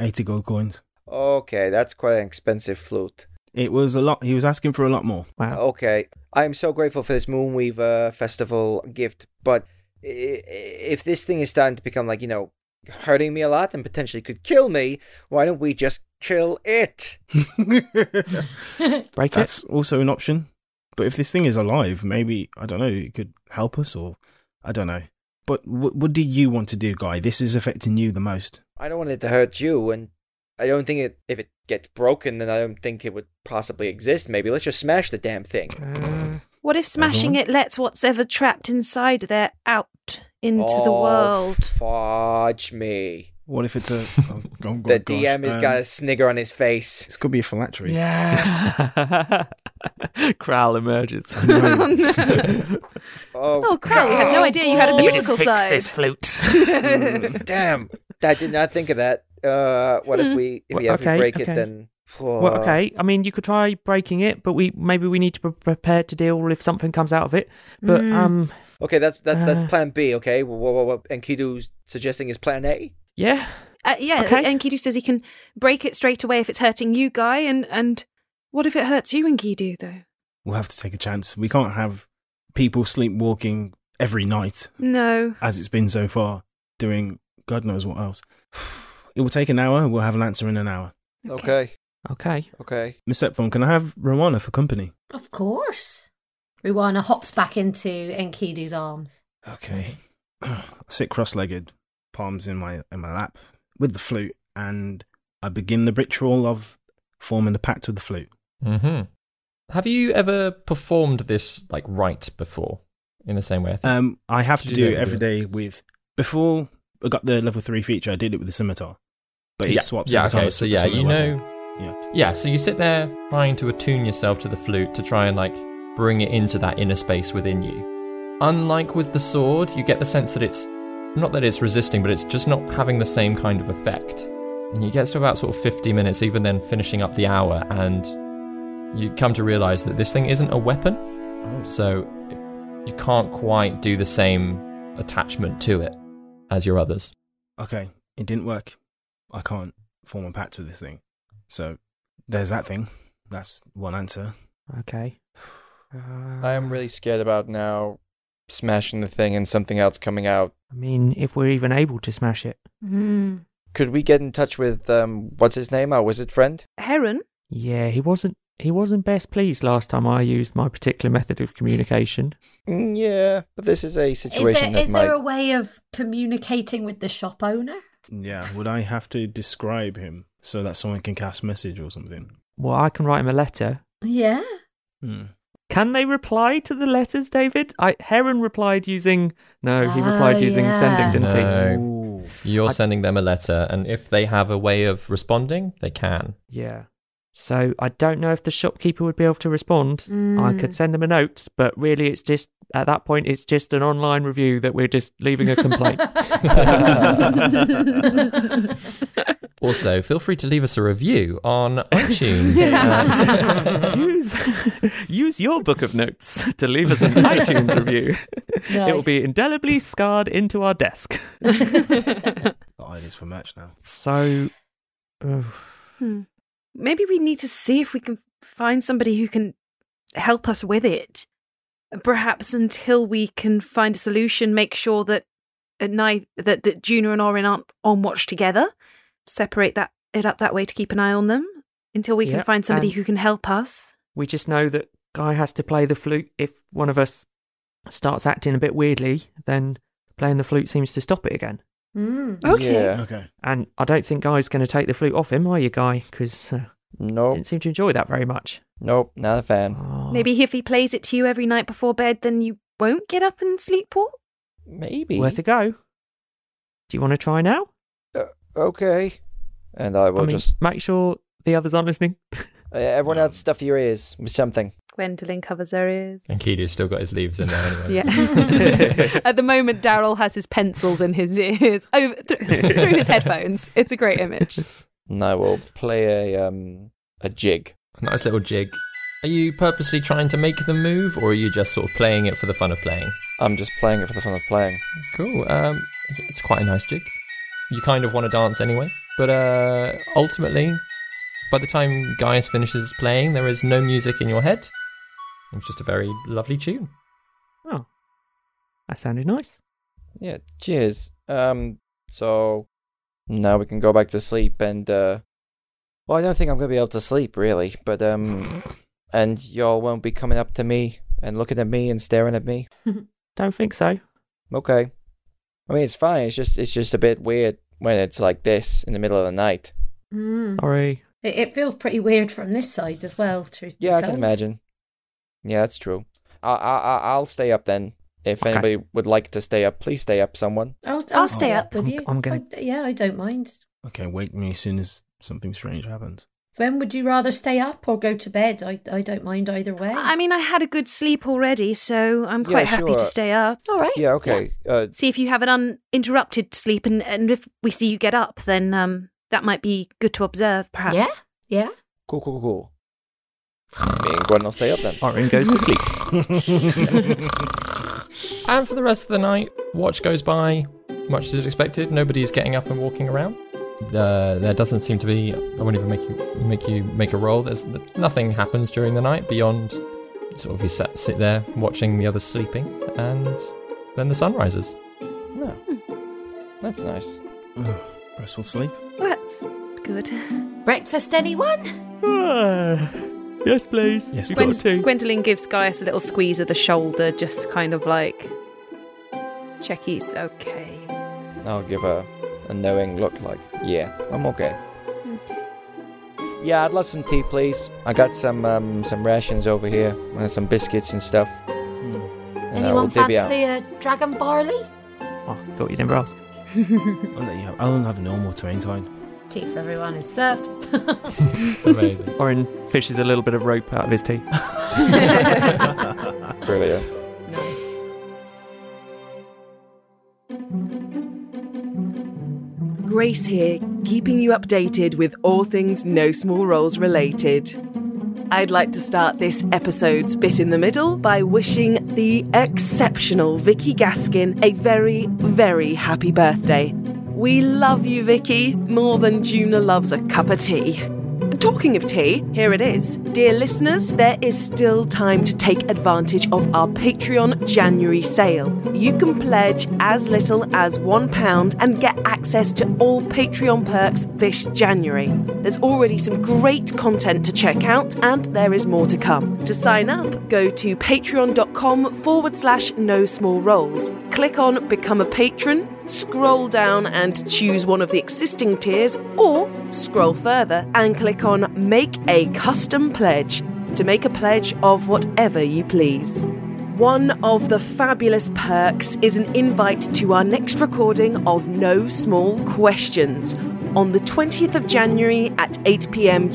Speaker 9: Eighty gold coins.
Speaker 6: Okay, that's quite an expensive flute.
Speaker 9: It was a lot. He was asking for a lot more.
Speaker 5: Wow.
Speaker 6: Okay, I am so grateful for this Moonweaver Festival gift, but i- i- if this thing is starting to become like, you know, hurting me a lot and potentially could kill me, why don't we just kill it?
Speaker 5: Break it.
Speaker 9: That's also an option. But if this thing is alive, maybe I don't know. It could help us, or I don't know. But wh- what do you want to do, guy? This is affecting you the most.
Speaker 6: I don't want it to hurt you, and I don't think it, if it gets broken, then I don't think it would possibly exist, maybe. Let's just smash the damn thing.
Speaker 5: Uh,
Speaker 8: What if smashing it lets what's ever trapped inside there out into the
Speaker 6: Oh,
Speaker 8: world?
Speaker 6: Fudge me.
Speaker 9: What if it's a? Oh, oh,
Speaker 6: The
Speaker 9: gosh,
Speaker 6: DM has
Speaker 9: um,
Speaker 6: got a snigger on his face.
Speaker 9: This could be a phylactery.
Speaker 10: Growl emerges.
Speaker 9: No.
Speaker 6: Oh,
Speaker 8: Oh, crap! I had no idea you had a
Speaker 3: Let me
Speaker 8: musical side.
Speaker 10: flute.
Speaker 6: damn! I did not think of that. Uh, what
Speaker 8: Hmm.
Speaker 6: if we if
Speaker 5: Well,
Speaker 6: we have
Speaker 5: okay,
Speaker 6: to break
Speaker 5: okay.
Speaker 6: it then?
Speaker 5: well, okay. I mean, you could try breaking it, but we maybe we need to be prepared to deal if something comes out of it. But um,
Speaker 6: Okay, that's that's
Speaker 5: Uh.
Speaker 6: that's Plan B. Okay, Wha- wha- wha- and Kidu's suggesting is Plan A.
Speaker 5: yeah,
Speaker 8: Uh, yeah,
Speaker 5: Okay.
Speaker 8: and Kidu says he can break it straight away if it's hurting you, Guy. And and what if it hurts you and Kidu though?
Speaker 9: We'll have to take a chance. We can't have people sleepwalking every night,
Speaker 8: No.
Speaker 9: as it's been so far, doing God knows what else. It will take an hour. We'll have an answer in an hour.
Speaker 6: Okay,
Speaker 5: okay.
Speaker 6: okay.
Speaker 9: Miss Epphon, can I have Romana for company?
Speaker 7: Of course. Ruana hops back into Enkidu's arms.
Speaker 9: Okay. I sit cross-legged, palms in my in my lap, with the flute, and I begin the ritual of forming a pact with the flute.
Speaker 2: Mm-hmm. Have you ever performed this like rite before? In the same way, I think.
Speaker 9: Um, I have to
Speaker 2: Should
Speaker 9: do
Speaker 2: you
Speaker 9: it
Speaker 2: ever do
Speaker 9: every day with. Scimitar. Before I got the level three feature, I did it with the scimitar, but it
Speaker 2: yeah.
Speaker 9: swaps.
Speaker 2: Yeah.
Speaker 9: every time
Speaker 2: Okay.
Speaker 9: I
Speaker 2: So
Speaker 9: sw-
Speaker 2: yeah,
Speaker 9: swing
Speaker 2: you
Speaker 9: my weapon.
Speaker 2: know.
Speaker 9: Yeah.
Speaker 2: Yeah. So you sit there trying to attune yourself to the flute to try and like bring it into that inner space within you. Unlike with the sword, you get the sense that it's not that it's resisting, but it's just not having the same kind of effect. And you get to about sort of 50 minutes, even then finishing up the hour, and you come to realize that this thing isn't a weapon.
Speaker 9: Oh.
Speaker 2: So you can't quite do the same attachment to it as your others.
Speaker 9: okay, it didn't work. I can't form a pact with this thing. So there's that thing. That's one answer.
Speaker 5: Okay. Uh,
Speaker 6: I am really scared about now smashing the thing and something else coming out.
Speaker 5: I mean, if we're even able to smash it.
Speaker 7: Mm.
Speaker 6: Could we get in touch with um what's his name, our wizard friend?
Speaker 8: Heron?
Speaker 5: Yeah, he wasn't. He wasn't best pleased last time I used my particular method of communication.
Speaker 6: Mm, yeah, but this is a
Speaker 7: Is there is
Speaker 6: situation that might.
Speaker 7: there a way of communicating with the shop owner?
Speaker 9: Yeah, would I have to describe him so that someone can cast message or something?
Speaker 5: Well, I can write him a letter.
Speaker 7: Yeah.
Speaker 5: Can they reply to the letters, David? I, Heron replied using. No, he replied
Speaker 8: Oh,
Speaker 2: Oh,
Speaker 7: Ah,
Speaker 5: using
Speaker 7: yeah.
Speaker 5: sending, didn't he?
Speaker 2: No. You're
Speaker 5: I-
Speaker 2: sending them a letter, and if they have a way of responding, they can.
Speaker 5: Yeah. So I don't know if the shopkeeper would be able to respond. I
Speaker 7: Mm.
Speaker 5: could send them a note, but really it's just at that point it's just an online review that we're just leaving a complaint.
Speaker 2: Also, feel free to leave us a review on iTunes. Uh,
Speaker 5: use, use your book of notes to leave us an iTunes review. It will be indelibly scarred into our desk.
Speaker 9: Got ideas for merch now.
Speaker 5: So, oh,
Speaker 8: Hmm. Maybe we need to see if we can find somebody who can help us with it. Perhaps until we can find a solution, make sure that at night that, that Juno and Orin aren't on watch together. Separate that it up that way to keep an eye on them until we can
Speaker 5: Yeah,
Speaker 8: find somebody
Speaker 5: and-
Speaker 8: who can help us.
Speaker 5: we just know that guy has to play the flute. If one of us starts acting a bit weirdly, then playing the flute seems to stop it again.
Speaker 7: Mm.
Speaker 8: Okay.
Speaker 6: Yeah.
Speaker 9: Okay.
Speaker 5: And I don't think Guy's going to take the flute off him, are you, Guy? Because uh,
Speaker 6: Nope.
Speaker 5: didn't seem to enjoy that very much.
Speaker 6: Nope. Not a fan.
Speaker 5: Oh,
Speaker 8: Maybe if he plays it to you every night before bed, then you won't get up and sleep poor.
Speaker 6: Maybe.
Speaker 5: worth a go. Do you want to try now?
Speaker 6: Uh, okay. And I will
Speaker 5: I mean,
Speaker 6: just.
Speaker 5: make sure the others aren't listening.
Speaker 6: Uh, everyone else, stuff your ears with something.
Speaker 8: Gwendolyn covers her ears.
Speaker 2: and Kido's still got his leaves in there anyway.
Speaker 8: Yeah. At the moment, Daryl has his pencils in his ears over, th- through his headphones. It's a great image.
Speaker 6: And I will play a um a jig.
Speaker 2: Nice little jig. Are you purposely trying to make them move, or are you just sort of playing it for the fun of playing?
Speaker 6: I'm just playing it for the fun of playing.
Speaker 2: Cool. Um, it's quite a nice jig. You kind of want to dance anyway, but uh, ultimately, by the time Gaius finishes playing, there is no music in your head. It's just a very lovely tune.
Speaker 5: Oh, that sounded nice.
Speaker 6: Yeah. Cheers. Um. So now we can go back to sleep and uh. Well, I don't think I'm gonna be able to sleep really, but um, and y'all won't be coming up to me and looking at me and staring at me.
Speaker 5: Don't think so.
Speaker 6: Okay. I mean, it's fine. It's just it's just a bit weird when it's like this in the middle of the night.
Speaker 7: Mm.
Speaker 5: Sorry.
Speaker 7: It, it feels pretty weird from this side as well. Truth be
Speaker 6: Yeah, I can
Speaker 7: told.
Speaker 6: imagine. Yeah, that's true. I I I- I'll stay up then. If
Speaker 5: Okay.
Speaker 6: anybody would like to stay up, please stay up. Someone.
Speaker 7: I'll,
Speaker 8: I'll
Speaker 7: I'll,
Speaker 8: stay
Speaker 7: stay
Speaker 8: up.
Speaker 7: up with
Speaker 5: I'm-
Speaker 7: you.
Speaker 5: I'm gonna-
Speaker 7: I- yeah, I don't mind.
Speaker 9: Okay, wake me as soon as something strange happens.
Speaker 7: When would you rather stay up or go to bed? I, I don't mind either way.
Speaker 8: I mean, I had a good sleep already, so I'm
Speaker 6: Yeah,
Speaker 8: quite happy
Speaker 6: sure.
Speaker 8: to stay up.
Speaker 7: all right.
Speaker 6: Yeah. Okay. Uh,
Speaker 8: See if you have an uninterrupted sleep, and, and if we see you get up, then um, that might be good to observe, perhaps.
Speaker 7: Yeah. Yeah.
Speaker 6: cool. Cool. Cool. cool. Me and Gwen will stay up then.
Speaker 5: Orin goes to sleep. Oh,
Speaker 2: And for the rest of the night, watch goes by much as expected. Nobody's getting up and walking around. Uh, there doesn't seem to be. I won't even make you make you make a roll. There's nothing happens during the night beyond sort of you sat, sit there watching the others sleeping, and then the sun rises.
Speaker 6: No.
Speaker 7: Hmm.
Speaker 6: That's nice.
Speaker 9: Ugh, Restful sleep.
Speaker 8: That's good.
Speaker 7: Breakfast, anyone?
Speaker 5: yes, please.
Speaker 9: Yes,
Speaker 5: you
Speaker 9: You've got
Speaker 8: Gwen-
Speaker 9: please.
Speaker 8: Gwendolyn gives Gaius a little squeeze of the shoulder, just kind of like, check he's okay.
Speaker 6: I'll give a a knowing look. Like, yeah, I'm okay. Yeah, I'd love some tea, please. I got some um, some rations over here, and some biscuits and stuff. And I will
Speaker 7: Anyone
Speaker 6: divvy out.
Speaker 7: fancy a dragon barley?
Speaker 5: Oh, thought you'd never ask.
Speaker 9: I'll let you have. I'll have normal terrain time.
Speaker 7: Tea for everyone is served.
Speaker 2: Amazing.
Speaker 5: Orin fishes a little bit of rope out of his tea.
Speaker 6: Brilliant.
Speaker 11: Grace here, keeping you updated with all things No Small Roles related. I'd like to start this episode's bit in the middle by wishing the exceptional Vicky Gaskin a very, very happy birthday. We love you, Vicky, more than Juna loves a cup of tea. Talking of tea, here it is. Dear listeners, there is still time to take advantage of our Patreon January sale. You can pledge as little as £1 and get access to all Patreon perks this January. There's already some great content to check out, and there is more to come. to sign up, go to patreon.com forward slash no small roles. Click on Become a Patron, scroll down and choose one of the existing tiers, or scroll further and click on Make a Custom Pledge to make a pledge of whatever you please. One of the fabulous perks is an invite to our next recording of No Small Questions on the 20th of January at 8 pm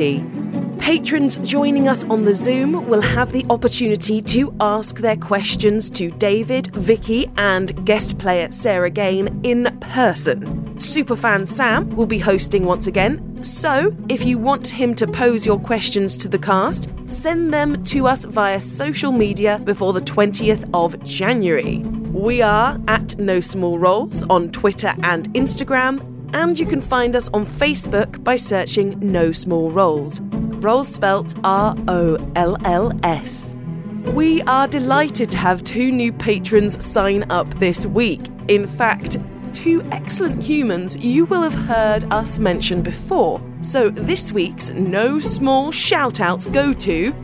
Speaker 11: GMT. Patrons joining us on the Zoom will have the opportunity to ask their questions to David, Vicky, and guest player Sarah Gain in person. Superfan Sam will be hosting once again, so if you want him to pose your questions to the cast, send them to us via social media before the 20th of January. We are at No Small Roles on Twitter and Instagram, and you can find us on Facebook by searching No Small Roles. Roles spelt R O L L S. We are delighted to have two new patrons sign up this week. In fact, two excellent humans you will have heard us mention before. So this week's No Small shout-outs go to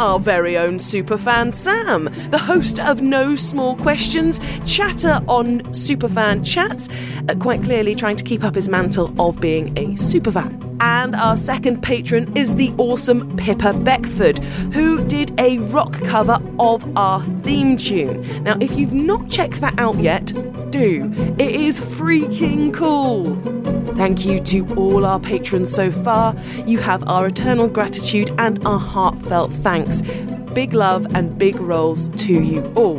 Speaker 11: our very own superfan Sam, the host of No Small Questions, chatter on Superfan Chats, uh, quite clearly trying to keep up his mantle of being a superfan. And our second patron is the awesome Pippa Beckford, who did a rock cover of our theme tune. Now, if you've not checked that out yet, do. It is freaking cool. Thank you to all our patrons so far. You have our eternal gratitude and our heartfelt thanks. Big love and big rolls to you all.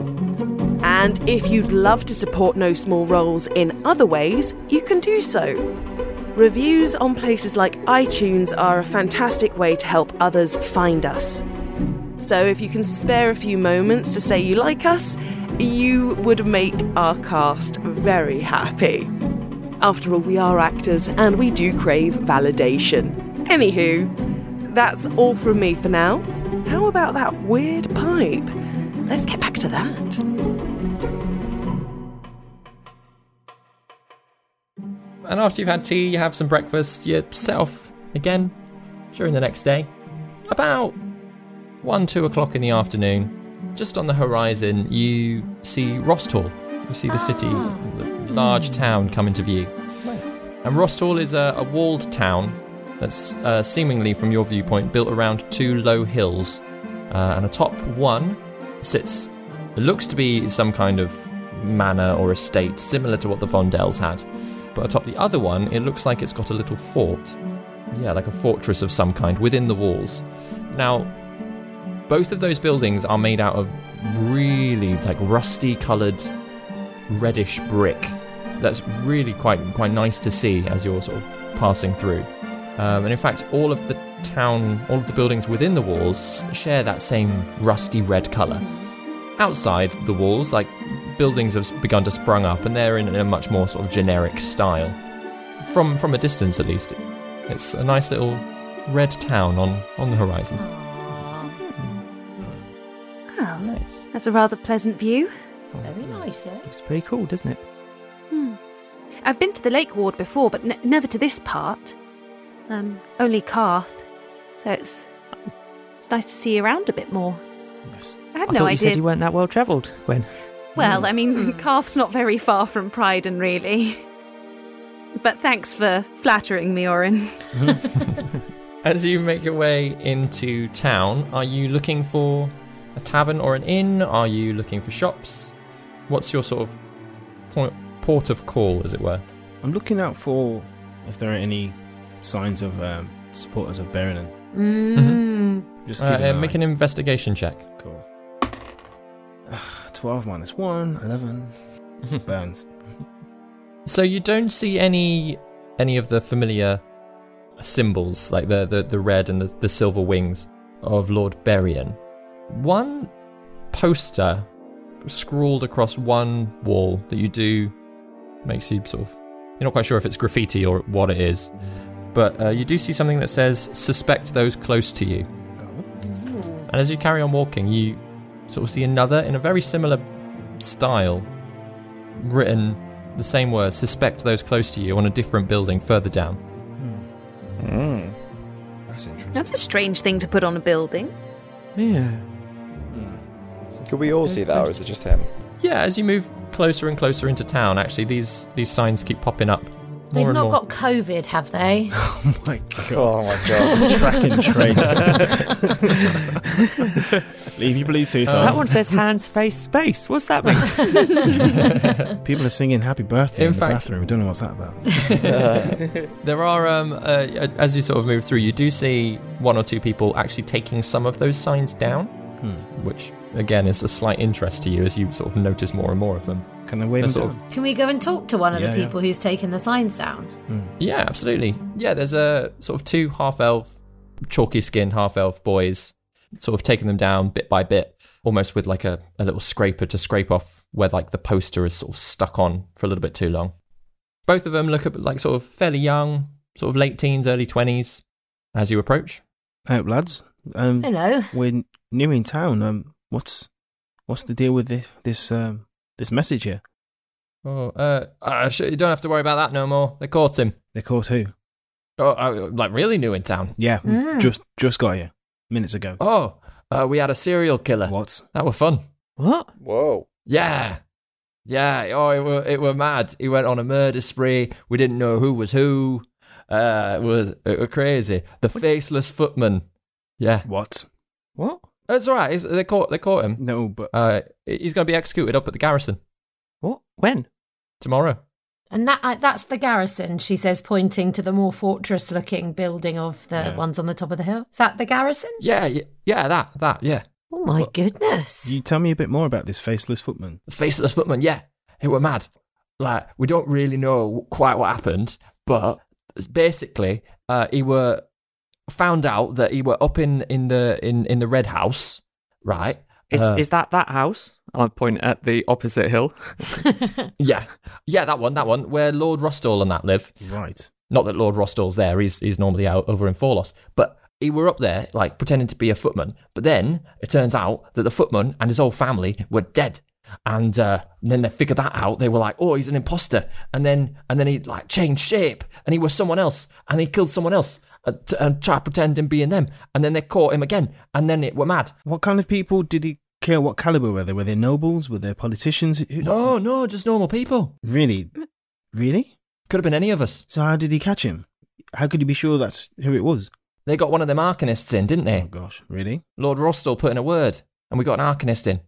Speaker 11: And if you'd love to support No Small Roles in other ways, you can do so. Reviews on places like iTunes are a fantastic way to help others find us. So if you can spare a few moments to say you like us, you would make our cast very happy. After all, we are actors and we do crave validation. Anywho, that's all from me for now. How about that weird pipe? Let's get back to that.
Speaker 2: And after you've had tea, you have some breakfast, you set off again during the next day. About one, two o'clock in the afternoon, just on the horizon, you see Rostall. You see the city, the large town come into view.
Speaker 10: Nice.
Speaker 2: And Rostall is a, a walled town that's uh, seemingly, from your viewpoint, built around two low hills. Uh, and atop one sits, it looks to be some kind of manor or estate, similar to what the Vondells had. But atop the other one, it looks like it's got a little fort. Yeah, like a fortress of some kind within the walls. Now, both of those buildings are made out of really like rusty coloured reddish brick. That's really quite quite nice to see as you're sort of passing through. Um, and in fact, all of the town, all of the buildings within the walls share that same rusty red colour. Outside the walls, like buildings have begun to sprung up, and they're in a much more sort of generic style. From from a distance, at least, it's a nice little red town on on the horizon.
Speaker 8: Oh, nice. That's a rather pleasant view.
Speaker 7: It's very nice, eh? yeah.
Speaker 5: It's pretty cool, doesn't it?
Speaker 8: Hmm. I've been to the Lake Ward before, but ne- never to this part. Um, only Carth. So it's it's nice to see you around a bit more.
Speaker 9: Yes.
Speaker 8: I had
Speaker 5: I
Speaker 8: no
Speaker 5: thought you
Speaker 8: idea.
Speaker 5: said you weren't that well travelled, Gwen.
Speaker 8: Well, I mean, Carth's not very far from Pryden, really. But thanks for flattering me, Orin.
Speaker 2: As you make your way into town, are you looking for a tavern or an inn? Are you looking for shops? What's your sort of point, port of call, as it were?
Speaker 9: I'm looking out for if there are any signs of um, supporters of Berlin.
Speaker 7: Hmm.
Speaker 9: Just
Speaker 2: Uh,
Speaker 9: keep an
Speaker 2: uh,
Speaker 9: eye.
Speaker 2: make an investigation check.
Speaker 9: Cool. 12 minus 1, 11. Burns.
Speaker 2: So you don't see any any of the familiar symbols, like the the, the red and the, the silver wings of Lord Berrien. One poster scrawled across one wall that you do makes you sort of you're not quite sure if it's graffiti or what it is, but uh, you do see something that says "suspect those close to you." And as you carry on walking, you sort of see another in a very similar style written the same words, suspect those close to you on a different building further down.
Speaker 9: That's interesting.
Speaker 8: That's a strange thing to put on a building.
Speaker 5: Yeah.
Speaker 6: Could we all see that, or is it just him?
Speaker 2: Yeah, as you move closer and closer into town, actually, these these signs keep popping up.
Speaker 7: They've
Speaker 2: more and
Speaker 7: not
Speaker 2: more.
Speaker 7: got COVID, have they?
Speaker 9: my god.
Speaker 6: Oh my god.
Speaker 9: It's track and trace. Leave your
Speaker 2: Uh,
Speaker 9: Bluetooth on.
Speaker 5: Uh, that one says hands, face, space. What's that mean?
Speaker 9: People are singing happy birthday in,
Speaker 2: In
Speaker 9: the
Speaker 2: fact-
Speaker 9: bathroom. We don't know what's that about.
Speaker 2: there are, um, uh, as you sort of move through, you do see one or two people actually taking some of those signs down,
Speaker 9: Hmm.
Speaker 2: which again is a slight interest to you as you sort of notice more and more of them.
Speaker 9: Can I wave
Speaker 2: They're
Speaker 9: them
Speaker 2: sort of
Speaker 7: Can we go and talk to one of
Speaker 2: Yeah,
Speaker 7: the
Speaker 2: yeah.
Speaker 7: people who's taken the signs down?
Speaker 9: Hmm.
Speaker 2: Yeah, absolutely. Yeah, there's a sort of two half elf, chalky skinned half elf boys, sort of taking them down bit by bit, almost with like a, a little scraper to scrape off where like the poster is sort of stuck on for a little bit too long. Both of them look at like sort of fairly young, sort of late teens, early 20s as you approach.
Speaker 9: Out, lads. Um,
Speaker 7: Hello.
Speaker 9: We're new in town. Um, what's what's the deal with this this um this message here?
Speaker 2: Oh, uh, uh, sh- you don't have to worry about that no more. They caught him.
Speaker 9: They caught who?
Speaker 2: Oh, uh, like really new in town.
Speaker 9: Yeah, we
Speaker 2: Mm.
Speaker 9: just just got here minutes ago.
Speaker 2: Oh, uh, we had a serial killer.
Speaker 9: What?
Speaker 2: That were fun.
Speaker 5: What?
Speaker 6: Whoa.
Speaker 2: Yeah. Yeah. Oh, it were, it were mad. He went on a murder spree. We didn't know who was who. Uh, it was it were crazy. The faceless footman. Yeah.
Speaker 9: What?
Speaker 5: What?
Speaker 2: That's all right. It's- they caught they caught him.
Speaker 9: No, but
Speaker 2: uh, he's going to be executed up at the garrison.
Speaker 5: What? When?
Speaker 2: Tomorrow.
Speaker 7: And that uh, that's the garrison, she says, pointing to the more fortress looking building of the
Speaker 2: Yeah.
Speaker 7: ones on the top of the hill. Is that the garrison?
Speaker 2: Yeah. Yeah. yeah that. That. Yeah.
Speaker 7: Oh my goodness.
Speaker 9: You tell me a bit more about this faceless footman.
Speaker 2: The faceless footman. Yeah. It were mad. Like we don't really know quite what happened, but basically, uh, he were found out that he were up in in the in in the red house, right?
Speaker 5: Is,
Speaker 2: Uh,
Speaker 5: is that that house?
Speaker 10: I point at the opposite hill.
Speaker 2: Yeah, yeah, that one, that one, where Lord Rostall and that live.
Speaker 9: Right.
Speaker 2: Not that Lord Rostall's there; he's he's normally out over in Forlos. But he were up there, like pretending to be a footman. But then it turns out that the footman and his whole family were dead. And uh, then they figured that out. They were like, "Oh, he's an imposter." And then and then he like changed shape, and he was someone else, and he killed someone else, uh, t- and tried pretending being them. And then they caught him again, and then it were mad.
Speaker 9: What kind of people did he kill? What caliber were they? Were they nobles? Were they politicians? Who-
Speaker 2: No, no, just normal people.
Speaker 9: Really? Really?
Speaker 2: Could have been any of us.
Speaker 9: So how did he catch him? How could he be sure that's who it was?
Speaker 2: They got one of them arcanists in, didn't they?
Speaker 9: Oh gosh, really?
Speaker 2: Lord Rostall put in a word, and we got an Arcanist in.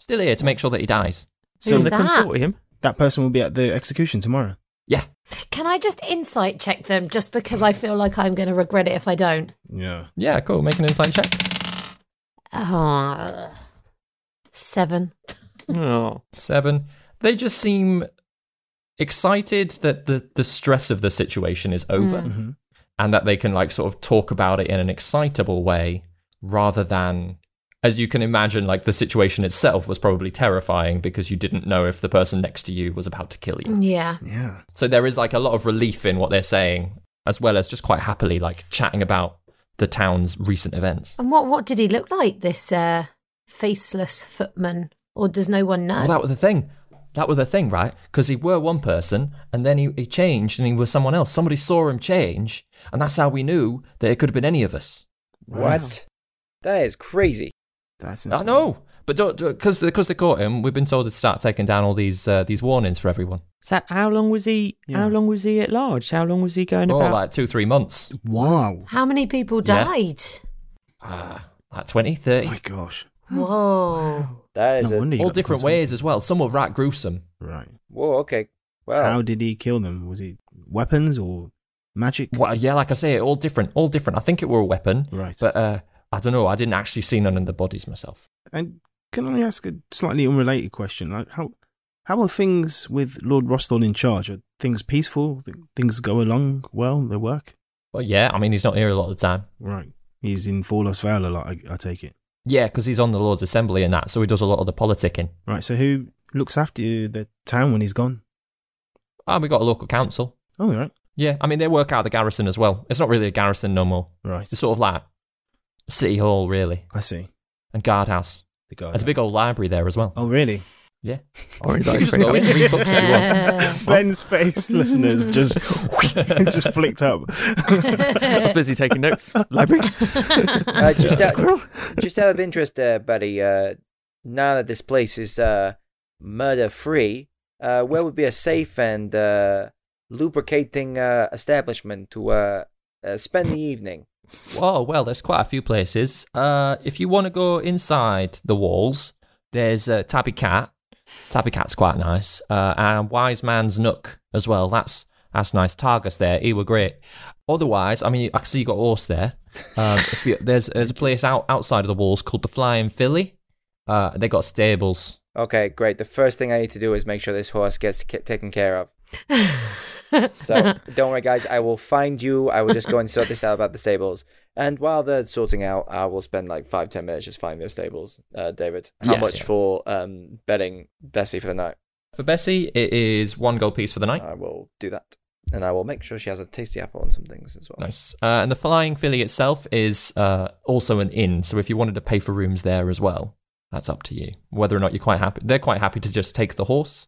Speaker 2: Still here to make sure that he dies.
Speaker 5: So
Speaker 7: Who's
Speaker 5: the
Speaker 7: that?
Speaker 5: consortium?
Speaker 9: That person will be at the execution tomorrow.
Speaker 2: Yeah.
Speaker 7: Can I just insight check them just because I feel like I'm going to regret it if I don't?
Speaker 9: Yeah.
Speaker 2: Yeah, cool. Make an insight check.
Speaker 7: Oh, seven.
Speaker 5: Oh.
Speaker 2: Seven. They just seem excited that the, the stress of the situation is
Speaker 7: Mm.
Speaker 2: over
Speaker 9: Mhm.
Speaker 2: and that they can like sort of talk about it in an excitable way rather than as you can imagine like the situation itself was probably terrifying because you didn't know if the person next to you was about to kill you
Speaker 7: Yeah.
Speaker 9: Yeah.
Speaker 2: So there is like a lot of relief in what they're saying, as well as just quite happily like chatting about the town's recent events.
Speaker 7: And what what did he look like? This uh, faceless footman, or does no one know?
Speaker 2: Well, that was the thing. That was the thing, right? Because he were one person, and then he, he changed, and he was someone else. Somebody saw him change, and that's how we knew that it could have been any of us.
Speaker 6: What? That is crazy.
Speaker 9: That's
Speaker 2: I know, but don't because because they caught him. We've been told to start taking down all these uh, these warnings for everyone.
Speaker 5: So how long was he?
Speaker 9: Yeah.
Speaker 5: How long was he at large? How long was he going
Speaker 2: Oh,
Speaker 5: about?
Speaker 2: like two three months.
Speaker 9: Wow.
Speaker 7: How many people
Speaker 2: Yeah.
Speaker 7: died?
Speaker 2: Ah, like 20, 30.
Speaker 9: My gosh.
Speaker 7: Whoa.
Speaker 6: That is
Speaker 9: No
Speaker 6: a,
Speaker 9: wonder you
Speaker 2: all
Speaker 9: got the
Speaker 2: different
Speaker 9: consequences.
Speaker 2: ways as well. Some were right gruesome.
Speaker 9: Right.
Speaker 6: Whoa, okay. Wow.
Speaker 9: How did he kill them? Was it weapons or magic?
Speaker 2: Well, yeah, like I say, all different, all different. I think it were a weapon,
Speaker 9: Right.
Speaker 2: but uh, I don't know. I didn't actually see none of the bodies myself.
Speaker 9: And can I ask a slightly unrelated question? Like how how are things with Lord Rostall in charge? Are things peaceful? Th- Things go along well? They work?
Speaker 2: Well, yeah, I mean, he's not here a lot of the time.
Speaker 9: Right. He's in Forlos Vale a lot. I, I take it.
Speaker 2: Yeah, because he's on the Lord's Assembly and that, so he does a lot of the politicking.
Speaker 9: Right. So who looks after the town when he's gone?
Speaker 2: Ah, we got a local council.
Speaker 9: Oh, right.
Speaker 2: Yeah, I mean, they work out of the garrison as well. It's not really a garrison no more.
Speaker 9: Right.
Speaker 2: It's sort of like city hall, really,
Speaker 9: I see.
Speaker 2: and guardhouse.
Speaker 9: The guard.
Speaker 2: There's a big old library there as well.
Speaker 9: Oh, really?
Speaker 2: Yeah.
Speaker 5: Orange
Speaker 2: You
Speaker 5: ice
Speaker 2: just
Speaker 5: cream.
Speaker 2: go in, read books that you want.
Speaker 9: Ben's face, listeners, just just flicked up.
Speaker 10: I was busy taking notes. Library.
Speaker 6: Uh, just, out, just out of interest, uh, buddy. Uh, now that this place is uh, murder-free, uh, where would be a safe and uh, lubricating uh, establishment to uh, uh, spend the evening?
Speaker 2: Oh well, there's quite a few places. Uh, if you want to go inside the walls, there's uh, Tabby Cat. Tabby Cat's quite nice, uh, and Wise Man's Nook as well. That's that's nice. Targus there, he were great. Otherwise, I mean, I can see you got a horse there. Um, if you, there's there's a place out outside of the walls called the Flying Filly. Uh, they got stables.
Speaker 6: Okay, great. The first thing I need to do is make sure this horse gets ca- taken care of. so don't worry, guys. I will find you. I will just go and sort this out about the stables. And while they're sorting out, I will spend like five ten minutes just finding those stables. Uh, David, how
Speaker 2: Yeah,
Speaker 6: much
Speaker 2: yeah.
Speaker 6: for um betting Bessie for the night?
Speaker 2: For Bessie, it is one gold piece for the night.
Speaker 6: I will do that, and I will make sure she has a tasty apple and some things as well.
Speaker 2: Nice. Uh, and the Flying Filly itself is uh, also an inn. So if you wanted to pay for rooms there as well, that's up to you. Whether or not you're quite happy, they're quite happy to just take the horse.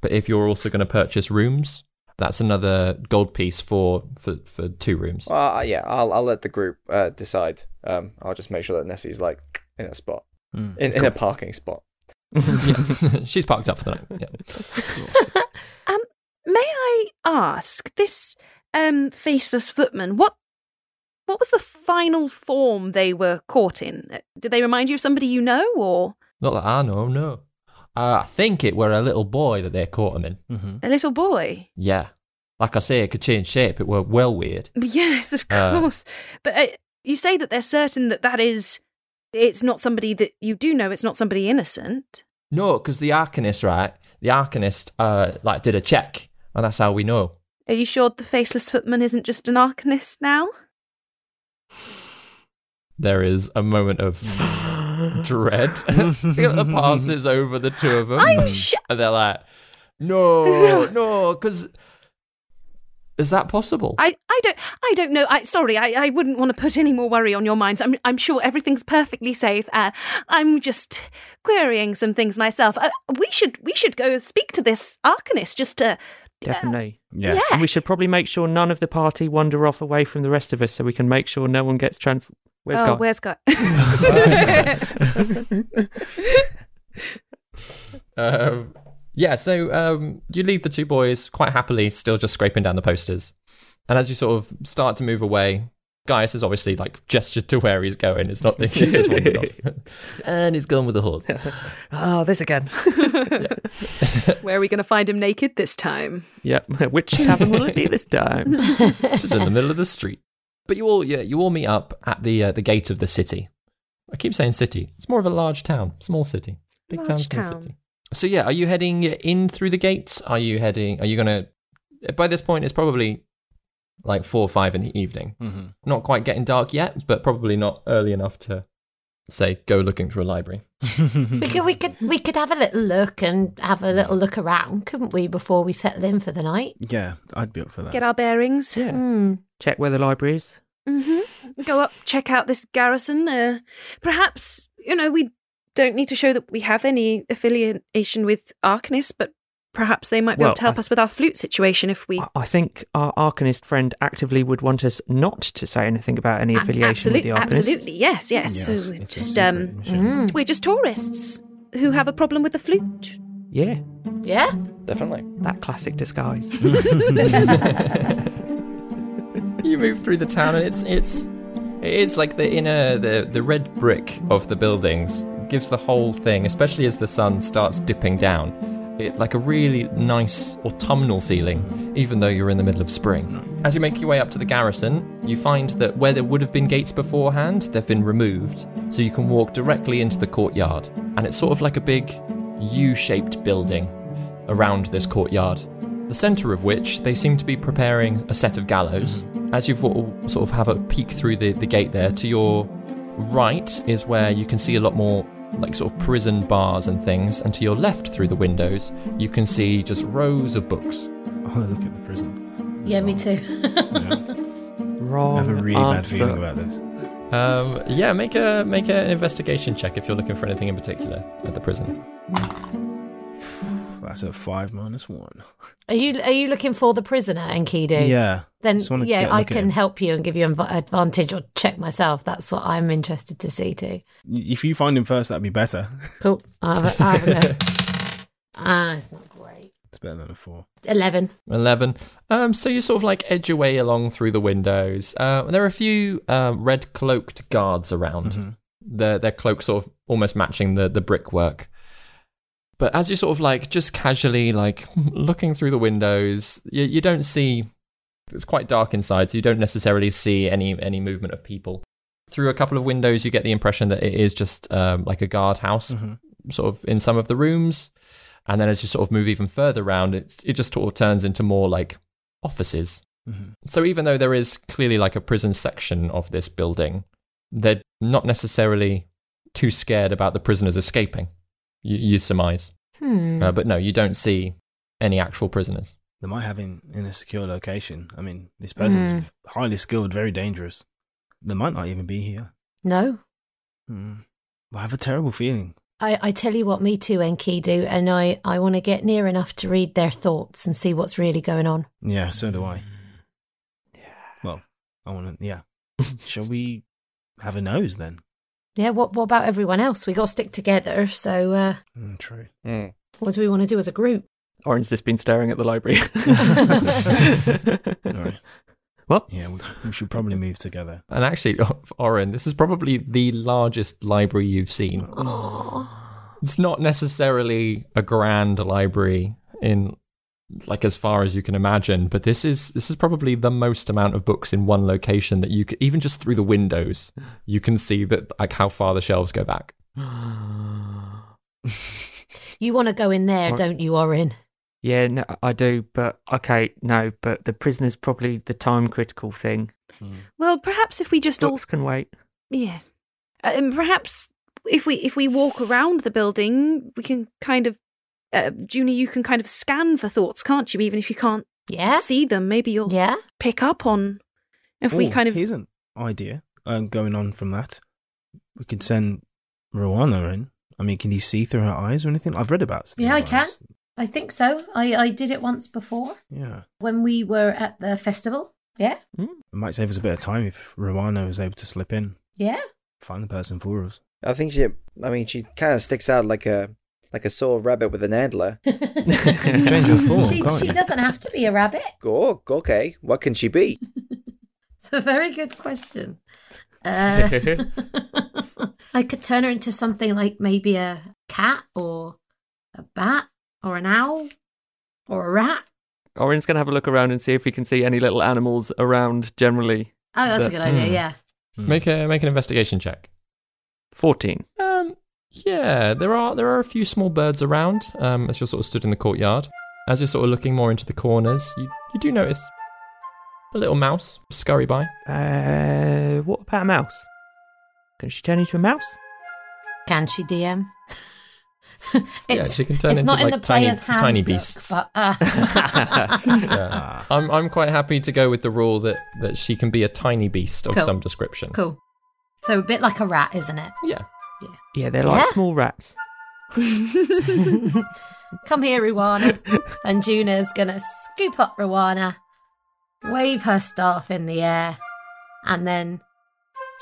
Speaker 2: But if you're also going to purchase rooms, that's another gold piece for for, for two rooms.
Speaker 6: Well, uh, yeah, I'll I'll let the group uh, decide. Um, I'll just make sure that Nessie's like in a spot,
Speaker 10: Hmm.
Speaker 9: Mm.
Speaker 6: in, in a parking spot.
Speaker 2: Yeah. She's parked up for the night. Yeah.
Speaker 8: May I ask this um, faceless footman what what was the final form they were caught in? Uh, Did they remind you of somebody you know, or
Speaker 2: Not that I know. No. Uh, I think it were a little boy that they caught him in.
Speaker 8: a little boy?
Speaker 2: Yeah. Like I say, it could change shape. It were well weird.
Speaker 8: But Yes, of
Speaker 2: Uh,
Speaker 8: course. but uh, you say that they're certain that that is it's not somebody that you do know. It's not somebody innocent.
Speaker 2: No, because the Arcanist, right? The Arcanist, uh, like did a check, and that's how we know.
Speaker 8: Are you sure the faceless footman isn't just an arcanist now?
Speaker 2: There is a moment of dread that passes over the two of them.
Speaker 8: I'm sh-
Speaker 2: and they're like, "No, no," because is that possible?
Speaker 8: I, I don't I don't know. I sorry, I, I wouldn't want to put any more worry on your minds. I'm I'm sure everything's perfectly safe. Uh, I'm just querying some things myself. Uh, we should we should go speak to this arcanist just to
Speaker 5: Definitely.
Speaker 9: Yes.
Speaker 5: And we should probably make sure none of the party wander off away from the rest of us so we can make sure no one gets trans. Where's
Speaker 8: oh,
Speaker 5: God?
Speaker 8: where's Guy?
Speaker 2: Um, yeah, so um, you leave the two boys quite happily, still just scraping down the posters. And as you sort of start to move away, Gaius has obviously like gestured to where he's going. It's not he's just wandered off, and he's gone with the horse.
Speaker 5: Oh, this again.
Speaker 11: Where are we going to find him naked this time?
Speaker 5: Yep. Which tavern will it be this time?
Speaker 2: just in the middle of the street. But you all, yeah, you all meet up at the uh, the gate of the city. I keep saying city. It's more of a large town, small city, big town,
Speaker 8: Large
Speaker 2: small
Speaker 8: town.
Speaker 2: city. So yeah, are you heading in through the gates? Are you heading? Are you gonna? By this point, it's probably like four or five in the evening.
Speaker 9: Mhm.
Speaker 2: Not quite getting dark yet, but probably not early enough to say go looking through a library.
Speaker 7: We could, we could we could have a little look and have a little look around, couldn't we, before we settle in for the night?
Speaker 9: Yeah, I'd be up for that.
Speaker 8: Get our bearings.
Speaker 5: Yeah.
Speaker 7: Hmm.
Speaker 5: Check where the library is.
Speaker 8: hmm Go up, check out this garrison. Uh, perhaps you know we don't need to show that we have any affiliation with arcanists, but perhaps they might be
Speaker 5: Well,
Speaker 8: able to help
Speaker 5: I- Uh,
Speaker 8: us with our flute situation if we.
Speaker 5: I- I think our Arcanist friend actively would want us not to say anything about any
Speaker 8: Ab-
Speaker 5: affiliation with the
Speaker 8: absolute-
Speaker 5: Arcanist.
Speaker 8: Absolutely, yes, yes.
Speaker 9: Yes,
Speaker 8: so we're
Speaker 9: it's a
Speaker 8: just
Speaker 9: secret
Speaker 8: um,
Speaker 9: mission.
Speaker 7: Mm.
Speaker 8: we're just tourists who have a problem with the flute.
Speaker 5: Yeah,
Speaker 7: Yeah.
Speaker 6: Definitely.
Speaker 5: that classic disguise.
Speaker 2: you move through the town and it's it's it is like the inner the the red brick of the buildings gives the whole thing especially as the sun starts dipping down it like a really nice autumnal feeling even though you're in the middle of spring as you make your way up to the garrison you find that where there would have been gates beforehand they've been removed so you can walk directly into the courtyard and it's sort of like a big u-shaped building around this courtyard, the centre of which they seem to be preparing a set of gallows. As you sort of have a peek through the, the gate there, to your right is where you can see a lot more like sort of prison bars and things, and to your left through the windows, you can see just rows of books.
Speaker 9: Oh, look at the prison.
Speaker 7: Yeah, me too.
Speaker 9: I
Speaker 5: Wrong.
Speaker 9: have a really bad
Speaker 5: answer.
Speaker 9: feeling about this.
Speaker 2: Um, yeah, make a make an investigation check if you're looking for anything in particular at the prison.
Speaker 9: That's a five minus one.
Speaker 7: Are you are you looking for the prisoner, Enkidu?
Speaker 9: Yeah.
Speaker 7: Then
Speaker 9: Just wanna get
Speaker 7: yeah,
Speaker 9: a
Speaker 7: I
Speaker 9: look at
Speaker 7: can
Speaker 9: him.
Speaker 7: help you and give you an advantage or check myself. That's what I'm interested to see too.
Speaker 9: Y- If you find him first, that'd be better.
Speaker 7: Cool. I'll have a, I'll have a go. Ah, it's not great.
Speaker 9: It's better than a four.
Speaker 7: Eleven.
Speaker 2: 11. Um, so you sort of like edge your way along through the windows. Uh, and there are a few um, red cloaked guards around. Their, their cloak sort of almost matching the, the brickwork. But as you sort of like just casually like looking through the windows, you, you don't see. It's quite dark inside, so you don't necessarily see any any movement of people. Through a couple of windows, you get the impression that it is just um, like a guardhouse,
Speaker 9: Mhm.
Speaker 2: sort of in some of the rooms. And then as you sort of move even further around, it's, it just sort of turns into more like offices.
Speaker 9: Mhm.
Speaker 2: So even though there is clearly like a prison section of this building, they're not necessarily too scared about the prisoners escaping, you, you surmise.
Speaker 9: Hmm.
Speaker 2: Uh, but no, you don't see any actual prisoners.
Speaker 9: They might have him in a secure location. I mean, this person's
Speaker 7: Mm.
Speaker 9: v- highly skilled, very dangerous. They might not even be here.
Speaker 7: No.
Speaker 9: Hmm. I have a terrible feeling.
Speaker 7: I, I tell you what, me too, Enkidu, and I, I want to get near enough to read their thoughts and see what's really going on.
Speaker 9: Yeah, so do I. Well, I want to. Yeah. Shall we have a nose then?
Speaker 7: Yeah, what what about everyone else? We got to stick together. So, uh,
Speaker 9: Mm, true.
Speaker 7: what do we want to do as a group?
Speaker 10: Orin's just been staring at the library.
Speaker 9: Well, yeah, we, we should probably move together.
Speaker 2: And actually, Oren, this is probably the largest library you've seen. It's not necessarily a grand library in like as far as you can imagine, but this is this is probably the most amount of books in one location that you c even just through the windows you can see that like how far the shelves go back.
Speaker 7: You want to go in there,
Speaker 5: Right.
Speaker 7: don't you, Orin?
Speaker 5: Yeah, no, I do, but okay, no, but the prisoner's probably the time critical thing.
Speaker 8: Well, perhaps if we just all
Speaker 5: Books can wait.
Speaker 8: Yes, uh, and perhaps if we if we walk around the building, we can kind of, uh, Junie, you can kind of scan for thoughts, can't you? Even if you can't
Speaker 7: yeah.
Speaker 8: see them, maybe you'll
Speaker 7: yeah.
Speaker 8: pick up on if we
Speaker 9: Ooh,
Speaker 8: kind of
Speaker 9: here's an idea um, going on from that. We could send Rowana in. I mean, can you see through her eyes or anything? I've read about.
Speaker 7: Yeah, I can. I think so. I, I did it once before
Speaker 9: Yeah,
Speaker 7: when we were at the festival. Mm. Yeah.
Speaker 9: it might save us a bit of time if Rowana was able to slip in,
Speaker 7: Yeah.
Speaker 9: find the person for us.
Speaker 6: I think she. I mean, she kind of sticks out like a like a sore rabbit with an antler.
Speaker 9: Change her form,
Speaker 7: she
Speaker 9: can't
Speaker 7: she
Speaker 9: you?
Speaker 7: doesn't have to be a rabbit.
Speaker 6: Go, go, okay. What can she be?
Speaker 7: It's a very good question. Uh, I could turn her into something like maybe a cat or a bat or an owl or a rat.
Speaker 10: Orin's going to have a look around and see if we can see any little animals around generally.
Speaker 7: Oh, that's a
Speaker 10: But-
Speaker 7: good idea. Yeah.
Speaker 2: Make a make an investigation check.
Speaker 10: 14.
Speaker 9: hmm.
Speaker 2: Um, yeah, there are there are a few small birds around. Um, as you're sort of stood in the courtyard, as you're sort of looking more into the corners, you you do notice a little mouse scurry by.
Speaker 5: Uh, what about a mouse? Can she turn into a mouse?
Speaker 7: Can she DM?
Speaker 2: yeah, she can turn
Speaker 7: it's
Speaker 2: into
Speaker 7: not
Speaker 2: like
Speaker 7: in the
Speaker 2: tiny,
Speaker 7: player's hand.
Speaker 2: tiny beasts.
Speaker 7: But, uh,
Speaker 2: yeah. I'm I'm quite happy to go with the rule that that she can be a tiny beast of
Speaker 7: Cool.
Speaker 2: some description.
Speaker 7: cool. So a bit like a rat, isn't it?
Speaker 2: Yeah.
Speaker 5: Yeah, they're like
Speaker 7: Yeah.
Speaker 5: small rats.
Speaker 7: Come here, Ruana. and Juna's gonna scoop up Ruana, wave her staff in the air, and then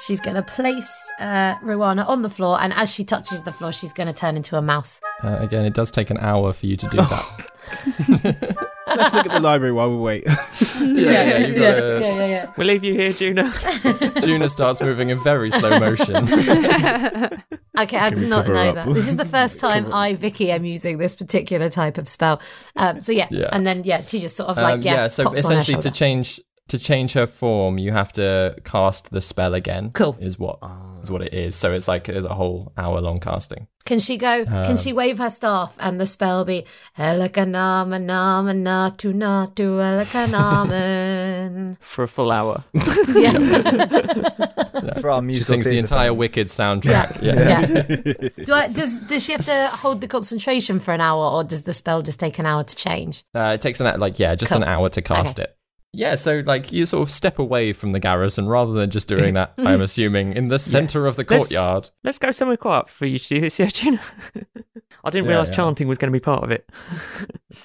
Speaker 7: she's gonna place uh, Ruana on the floor. And as she touches the floor, she's gonna turn into a mouse.
Speaker 2: Uh, again, it does take an hour for you to do that.
Speaker 9: Let's look at the library while we wait.
Speaker 2: yeah, you
Speaker 7: yeah,
Speaker 2: gotta-
Speaker 7: yeah, yeah, yeah.
Speaker 10: We'll leave you here, Juno.
Speaker 2: Juna starts moving in very slow motion.
Speaker 7: Okay, I
Speaker 2: Can
Speaker 7: did
Speaker 2: we
Speaker 7: not
Speaker 2: cover
Speaker 7: know
Speaker 2: up?
Speaker 7: that. This is the first time I, Vicky, am using this particular type of spell. Um, so yeah.
Speaker 2: Yeah.
Speaker 7: and then yeah, she just sort of like
Speaker 2: Um,
Speaker 7: yeah,
Speaker 2: so
Speaker 7: pops on her
Speaker 2: essentially
Speaker 7: shoulder.
Speaker 2: to change to change her form, you have to cast the spell again.
Speaker 7: Cool.
Speaker 2: Is what is what it is. So it's like there's a whole hour long casting.
Speaker 7: Can she go?
Speaker 2: Um,
Speaker 7: can she wave her staff and the spell be Elakanamanatu Natu Elakanaman?
Speaker 10: For a full hour.
Speaker 6: That's for our
Speaker 2: She
Speaker 6: musical
Speaker 2: sings the
Speaker 6: theatre
Speaker 2: entire
Speaker 6: fans.
Speaker 2: Wicked soundtrack. Yeah.
Speaker 7: Do I, does does she have to hold the concentration for an hour, or does the spell just take an hour to change?
Speaker 2: Uh, it takes an hou- like yeah, just an
Speaker 7: Cool.
Speaker 2: hour to cast
Speaker 7: Okay.
Speaker 2: it. Yeah, so like you sort of step away from the garrison rather than just doing that. I'm assuming in the center of the
Speaker 5: Let's-
Speaker 2: courtyard.
Speaker 5: Let's, go somewhere quiet for you to do this, yeah, Juno.
Speaker 12: I didn't
Speaker 2: Yeah,
Speaker 12: realise
Speaker 2: yeah.
Speaker 12: chanting was going to be part of it.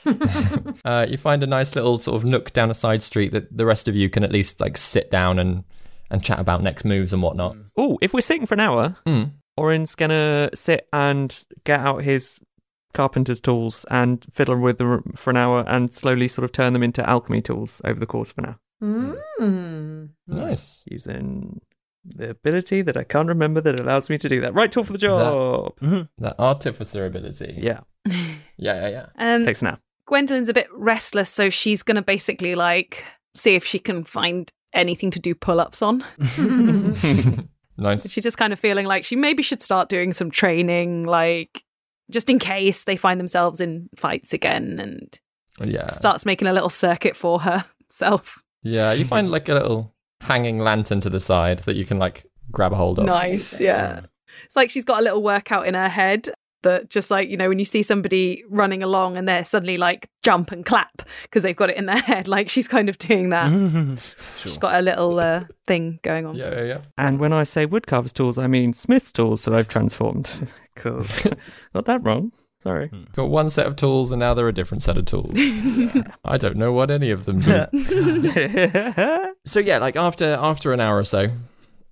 Speaker 2: Uh, you find a nice little sort of nook down a side street that the rest of you can at least like sit down and and chat about next moves and whatnot.
Speaker 12: Oh, if we're sitting for an hour,
Speaker 2: Hmm.
Speaker 12: Orin's gonna sit and get out his carpenter's tools and fiddle with them for an hour and slowly sort of turn them into alchemy tools over the course of an hour.
Speaker 2: Hmm.
Speaker 7: Mm.
Speaker 2: Nice.
Speaker 12: Using the ability that I can't remember that allows me to do that. Right tool for the job.
Speaker 2: That artificer ability.
Speaker 12: Yeah.
Speaker 2: Yeah, yeah, yeah.
Speaker 8: Um,
Speaker 12: Takes an hour.
Speaker 8: Gwendolyn's a bit restless, so she's going to basically like see if she can find anything to do pull ups on.
Speaker 2: nice.
Speaker 8: She's just kind of feeling like she maybe should start doing some training, like just in case they find themselves in fights again and
Speaker 2: Yeah.
Speaker 8: starts making a little circuit for herself.
Speaker 2: Yeah, you find like a little hanging lantern to the side that you can like grab a hold of.
Speaker 8: Nice, yeah. It's like she's got a little workout in her head that just like, you know, when you see somebody running along and they're suddenly like jump and clap because they've got it in their head, like she's kind of doing that.
Speaker 5: Mm-hmm.
Speaker 12: Ah.
Speaker 8: She's got a little uh, thing going on.
Speaker 2: Yeah, yeah, yeah.
Speaker 12: And when I say woodcarver's tools, I mean Smith's tools that I've transformed. cool. Got that wrong. Sorry.
Speaker 2: Got one set of tools and now they're a different set of tools. I don't know what any of them do. so yeah, like after after an hour or so,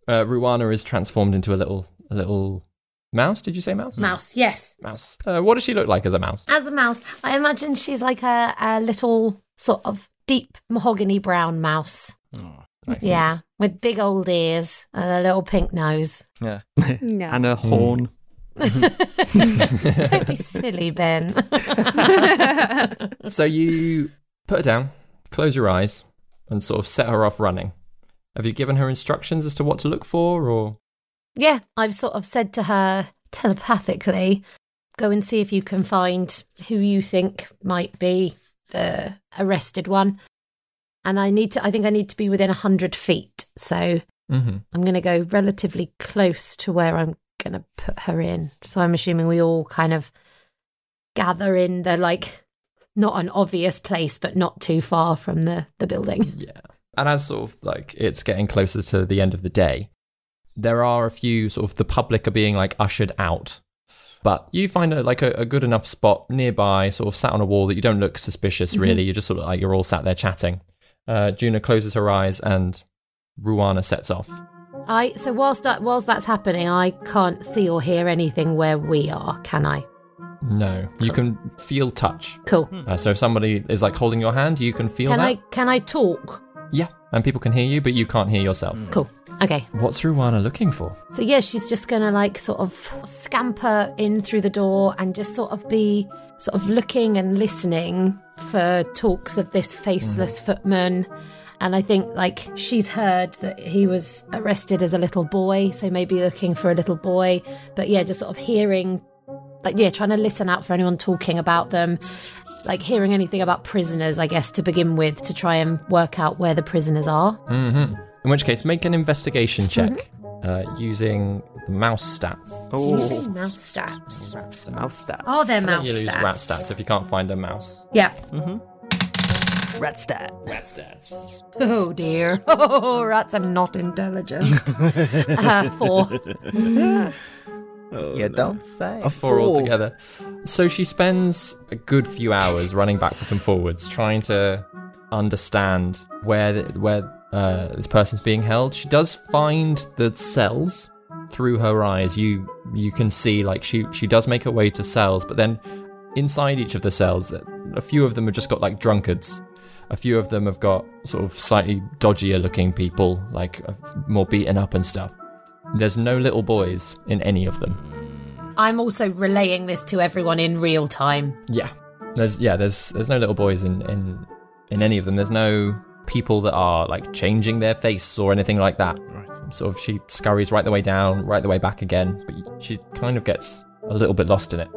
Speaker 2: uh, Ruana is transformed into a little a little mouse. Did you say mouse?
Speaker 7: Mouse, yes.
Speaker 2: Mouse. Uh, what does she look like as a mouse?
Speaker 7: As a mouse, I imagine she's like a, a little sort of deep mahogany brown mouse.
Speaker 2: nice.
Speaker 7: Yeah, with big old ears and a little pink nose.
Speaker 12: Yeah.
Speaker 7: No.
Speaker 12: And a
Speaker 5: Hmm.
Speaker 12: horn.
Speaker 7: Don't be silly, Ben.
Speaker 2: So you put her down, close your eyes, and sort of set her off running. Have you given her instructions as to what to look for, or
Speaker 7: yeah, I've sort of said to her telepathically go and see if you can find who you think might be the arrested one. And I need to, I think I need to be within 100 feet. So
Speaker 2: Mhm.
Speaker 7: I'm going to go relatively close to where I'm going to put her in. So I'm assuming we all kind of gather in the like, not an obvious place, but not too far from the, the building.
Speaker 2: Yeah. And as sort of like it's getting closer to the end of the day, there are a few sort of the public are being like ushered out. But you find a, like a, a good enough spot nearby, sort of sat on a wall that you don't look suspicious
Speaker 10: Mhm.
Speaker 2: really. You're just sort of like you're all sat there chatting. Uh, Juna closes her eyes and Ruana sets off.
Speaker 7: I so whilst I, whilst that's happening, I can't see or hear anything where we are, can I?
Speaker 2: No, you can feel touch.
Speaker 7: Cool.
Speaker 2: Uh, so if somebody is like holding your hand, you can feel
Speaker 7: can
Speaker 2: that.
Speaker 7: I can I talk?
Speaker 2: Yeah, and people can hear you, but you can't hear yourself.
Speaker 7: Cool. Okay.
Speaker 2: What's Ruana looking for?
Speaker 7: So yeah, she's just gonna like sort of scamper in through the door and just sort of be sort of looking and listening for talks of this faceless footman. And I think like she's heard that he was arrested as a little boy, so maybe looking for a little boy. But yeah, just sort of hearing like yeah, trying to listen out for anyone talking about them. Like hearing anything about prisoners, I guess, to begin with, to try and work out where the prisoners are.
Speaker 2: hmm In which case, make an investigation check uh, using the mouse stats.
Speaker 7: Ooh, Mm-hmm. Mouse stats.
Speaker 12: Mouse stats.
Speaker 7: Oh, they're
Speaker 2: I think
Speaker 7: Oh. mouse
Speaker 2: you lose
Speaker 7: stats.
Speaker 2: rat stats if you can't find a mouse.
Speaker 7: Yeah.
Speaker 2: Mm-hmm.
Speaker 12: Rat stat.
Speaker 2: Rat stats.
Speaker 7: Oh dear. Oh, rats are not intelligent. uh, four.
Speaker 6: you don't say.
Speaker 2: Four altogether. So she spends a good few hours running backwards and forwards, trying to understand where the, where uh, this person's being held. She does find the cells through her eyes. You you can see like she she does make her way to cells, but then inside each of the cells, a few of them have just got like drunkards. A few of them have got sort of slightly dodgier looking people, like uh, more beaten up and stuff. There's no little boys in any of them.
Speaker 7: I'm also relaying this to everyone in real time.
Speaker 2: Yeah. There's yeah, there's there's no little boys in in in any of them. There's no people that are like changing their face or anything like that. Right. Sort of she scurries right the way down, right the way back again, but she kind of gets a little bit lost in it.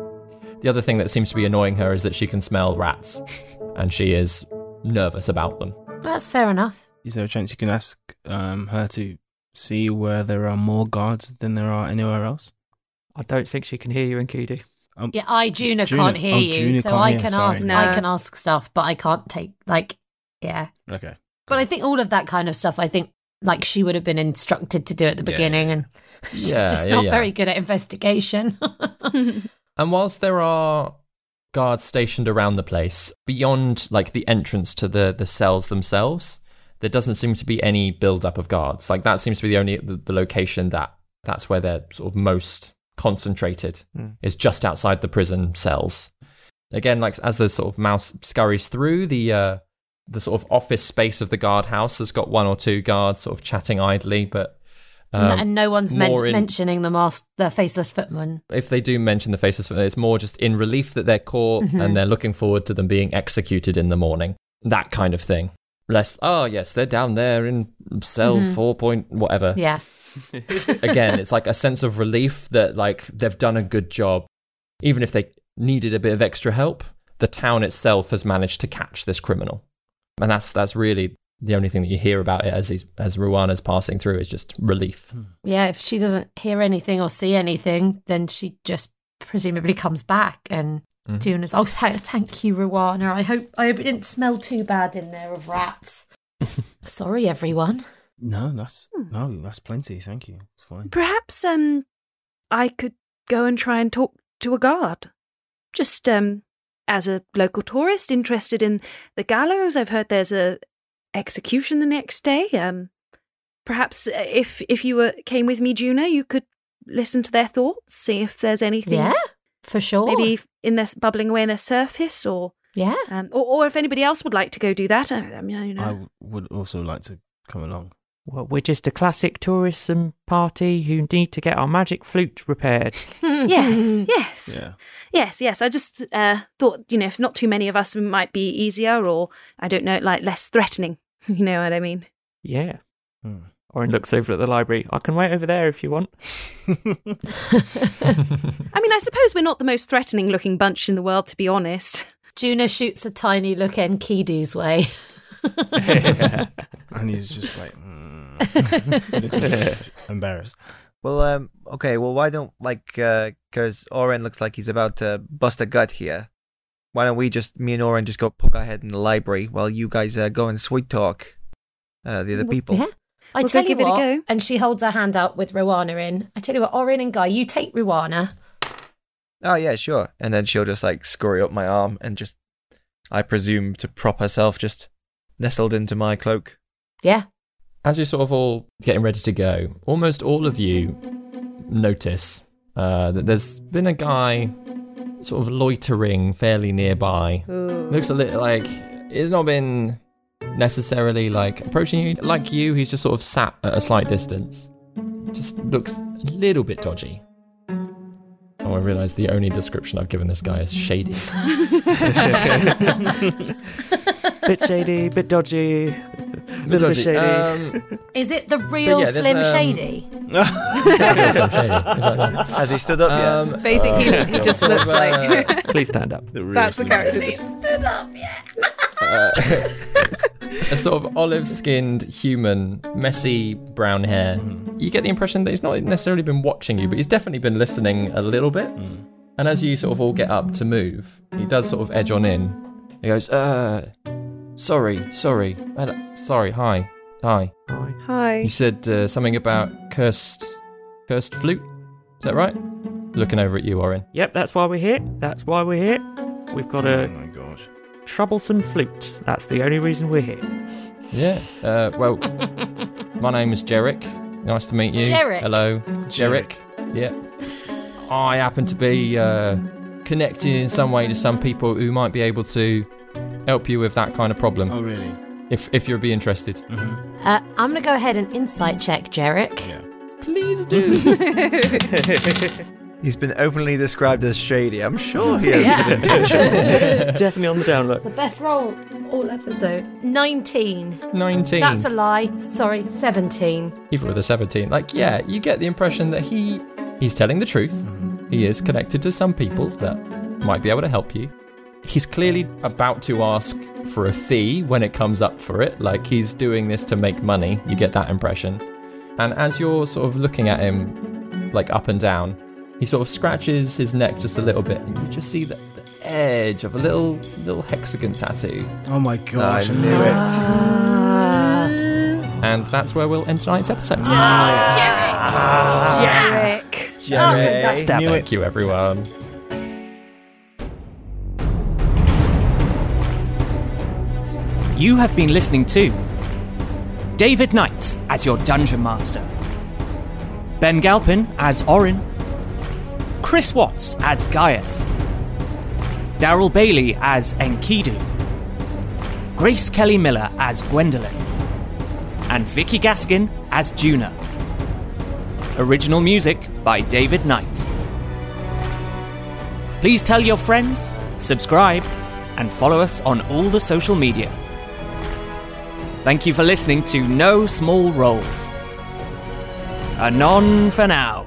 Speaker 2: The other thing that seems to be annoying her is that she can smell rats and she is nervous about them.
Speaker 7: That's fair enough.
Speaker 9: Is there a chance you can ask um, her to see where there are more guards than there are anywhere else?
Speaker 12: I don't think she can hear you, Enkidu.
Speaker 9: Um,
Speaker 7: Yeah, I Juna,
Speaker 9: Juna-
Speaker 7: can't hear
Speaker 9: oh,
Speaker 7: you,
Speaker 9: Juna
Speaker 7: so
Speaker 9: can't
Speaker 7: I
Speaker 9: hear,
Speaker 7: can
Speaker 9: sorry.
Speaker 7: ask.
Speaker 9: No.
Speaker 7: I can ask stuff, but I can't take like, yeah.
Speaker 9: Okay.
Speaker 7: But I think all of that kind of stuff. I think like she would have been instructed to do at the beginning, and she's
Speaker 2: Yeah,
Speaker 7: just
Speaker 2: yeah,
Speaker 7: not
Speaker 2: yeah.
Speaker 7: very good at investigation.
Speaker 2: And whilst there are guards stationed around the place, beyond like the entrance to the the cells themselves, there doesn't seem to be any build up of guards. Like that seems to be the only the, the location that that's where they're sort of most concentrated
Speaker 12: Hmm.
Speaker 2: is just outside the prison cells. Again, like as the sort of mouse scurries through the uh, the sort of office space of the guardhouse has got one or two guards sort of chatting idly, but um,
Speaker 7: and no one's men-
Speaker 2: more in-
Speaker 7: mentioning the masked, the faceless footman.
Speaker 2: if they do mention the faceless footman, it's more just in relief that they're caught
Speaker 7: Mhm.
Speaker 2: and they're looking forward to them being executed in the morning. That kind of thing. Less, oh, yes, they're down there in cell
Speaker 7: Mhm.
Speaker 2: four point whatever.
Speaker 7: Yeah.
Speaker 2: Again, it's like a sense of relief that, like, they've done a good job. Even if they needed a bit of extra help, the town itself has managed to catch this criminal. And that's, that's really the only thing that you hear about it as, he's, as Ruana's passing through is just relief.
Speaker 7: Yeah, if she doesn't hear anything or see anything, then she just presumably comes back and
Speaker 2: Mhm.
Speaker 7: Duna's, oh, th- thank you, Ruana. I hope, I hope it didn't smell too bad in there of rats. Sorry, everyone.
Speaker 9: No, that's
Speaker 7: Hmm.
Speaker 9: no, that's plenty. Thank you. It's fine.
Speaker 8: Perhaps um I could go and try and talk to a guard. Just um as a local tourist interested in the gallows, I've heard there's a execution the next day. Um perhaps uh, if if you were came with me Juno, you could listen to their thoughts, see if there's anything
Speaker 7: Yeah, for sure.
Speaker 8: Maybe in their bubbling away in their surface or
Speaker 7: Yeah.
Speaker 8: um, or, or if anybody else would like to go do that. I, I mean, I don't know.
Speaker 9: I w- would also like to come along.
Speaker 5: Well, we're just a classic tourism party who need to get our magic flute repaired.
Speaker 8: yes, yes.
Speaker 9: Yeah.
Speaker 8: Yes, yes. I just uh, thought, you know, if not too many of us, it might be easier or, I don't know, like less threatening. You know what I mean?
Speaker 5: Yeah.
Speaker 12: Orin looks over at the library. I can wait over there if you want.
Speaker 8: I mean, I suppose we're not the most threatening looking bunch in the world, to be honest.
Speaker 7: Juno shoots a tiny look in Kidu's way.
Speaker 9: and he's just like, mm. Looks like embarrassed.
Speaker 13: Well, um, okay. Well, why don't like because Oren looks like he's about to bust a gut here. Why don't we just me and Oren just go poke our head in the library while you guys uh, go and sweet talk uh, the other people?
Speaker 7: Yeah. I
Speaker 8: We'll go
Speaker 7: tell you
Speaker 8: give it a
Speaker 7: what,
Speaker 8: go.
Speaker 7: and she holds her hand out with Ruana in. I tell you what, Orin and Guy, you take Ruana.
Speaker 13: Oh yeah, sure. And then she'll just like scurry up my arm and just, I presume, to prop herself, just nestled into my cloak.
Speaker 7: Yeah.
Speaker 2: As you're sort of all getting ready to go, almost all of you notice uh, that there's been a guy sort of loitering fairly nearby. Looks a little like he's not been necessarily like approaching you. Like you, he's just sort of sat at a slight distance. Just looks a little bit dodgy. Oh, I realise the only description I've given this guy is shady.
Speaker 5: bit shady, bit dodgy, little bit
Speaker 2: dodgy.
Speaker 5: shady.
Speaker 2: Um,
Speaker 7: Is it the real
Speaker 2: yeah, there's,
Speaker 7: Slim
Speaker 2: um,
Speaker 7: Shady?
Speaker 13: Has he stood up yet?
Speaker 7: Um, Basically,
Speaker 5: Uh,
Speaker 7: he- he just
Speaker 2: sort of,
Speaker 7: looks like-
Speaker 2: uh,
Speaker 12: Please stand up.
Speaker 11: That's the character.
Speaker 7: stood up yet?
Speaker 2: Uh, a sort of olive skinned human, messy brown hair. You get the impression that he's not necessarily been watching you, but he's definitely been listening a little bit. And as you sort of all get up to move, he does sort of edge on in. He goes, uh, sorry, sorry, hello- sorry, hi, hi. Hi.
Speaker 8: Hi.
Speaker 2: You said uh, something about cursed, cursed flute? Is that right? Looking over at you, Orin.
Speaker 5: Yep, that's why we're here. That's why we're here. We've got a troublesome flute. That's the only reason we're here.
Speaker 2: Yeah. Uh, well, my name is Jerick. Nice to meet you.
Speaker 5: Jerick.
Speaker 2: Hello, Jerick. Yeah. I happen to be uh, connected in some way to some people who might be able to help you with that kind of problem. Oh,
Speaker 9: really?
Speaker 2: If if you'd be interested.
Speaker 7: Uh, I'm going to go ahead and insight check Jarek.
Speaker 2: Please do.
Speaker 13: He's been openly described as shady. I'm sure he has
Speaker 7: Yeah.
Speaker 13: good intentions.
Speaker 7: It's
Speaker 5: definitely on the down
Speaker 7: the best roll all episode. 19.
Speaker 2: 19.
Speaker 7: That's a lie. Sorry, 17.
Speaker 2: Even with a 17, like yeah, you get the impression that he he's telling the truth. He is connected to some people that might be able to help you. He's clearly about to ask for a fee when it comes up for it. Like he's doing this to make money. You get that impression. And as you're sort of looking at him, like up and down, he sort of scratches his neck just a little bit, and you just see the, the edge of a little little hexagon tattoo.
Speaker 9: Oh my gosh!
Speaker 2: I
Speaker 9: I
Speaker 2: knew
Speaker 9: knew
Speaker 2: it.
Speaker 9: it.
Speaker 2: Ah. And that's where we'll end tonight's episode.
Speaker 7: Jarek!
Speaker 2: Jarek.
Speaker 7: Jarek.
Speaker 2: Stab Thank you, everyone.
Speaker 5: You have been listening to David Knight as your Dungeon Master, Ben Galpin as Orin, Chris Watts as Gaius, Daryl Bailey as Enkidu, Grace Kelly Miller as Gwendolyn, and Vicky Gaskin as Juna. Original music by David Knight. Please tell your friends, subscribe, and follow us on all the social media. Thank you for listening to No Small Roles. Anon for now.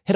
Speaker 14: Hit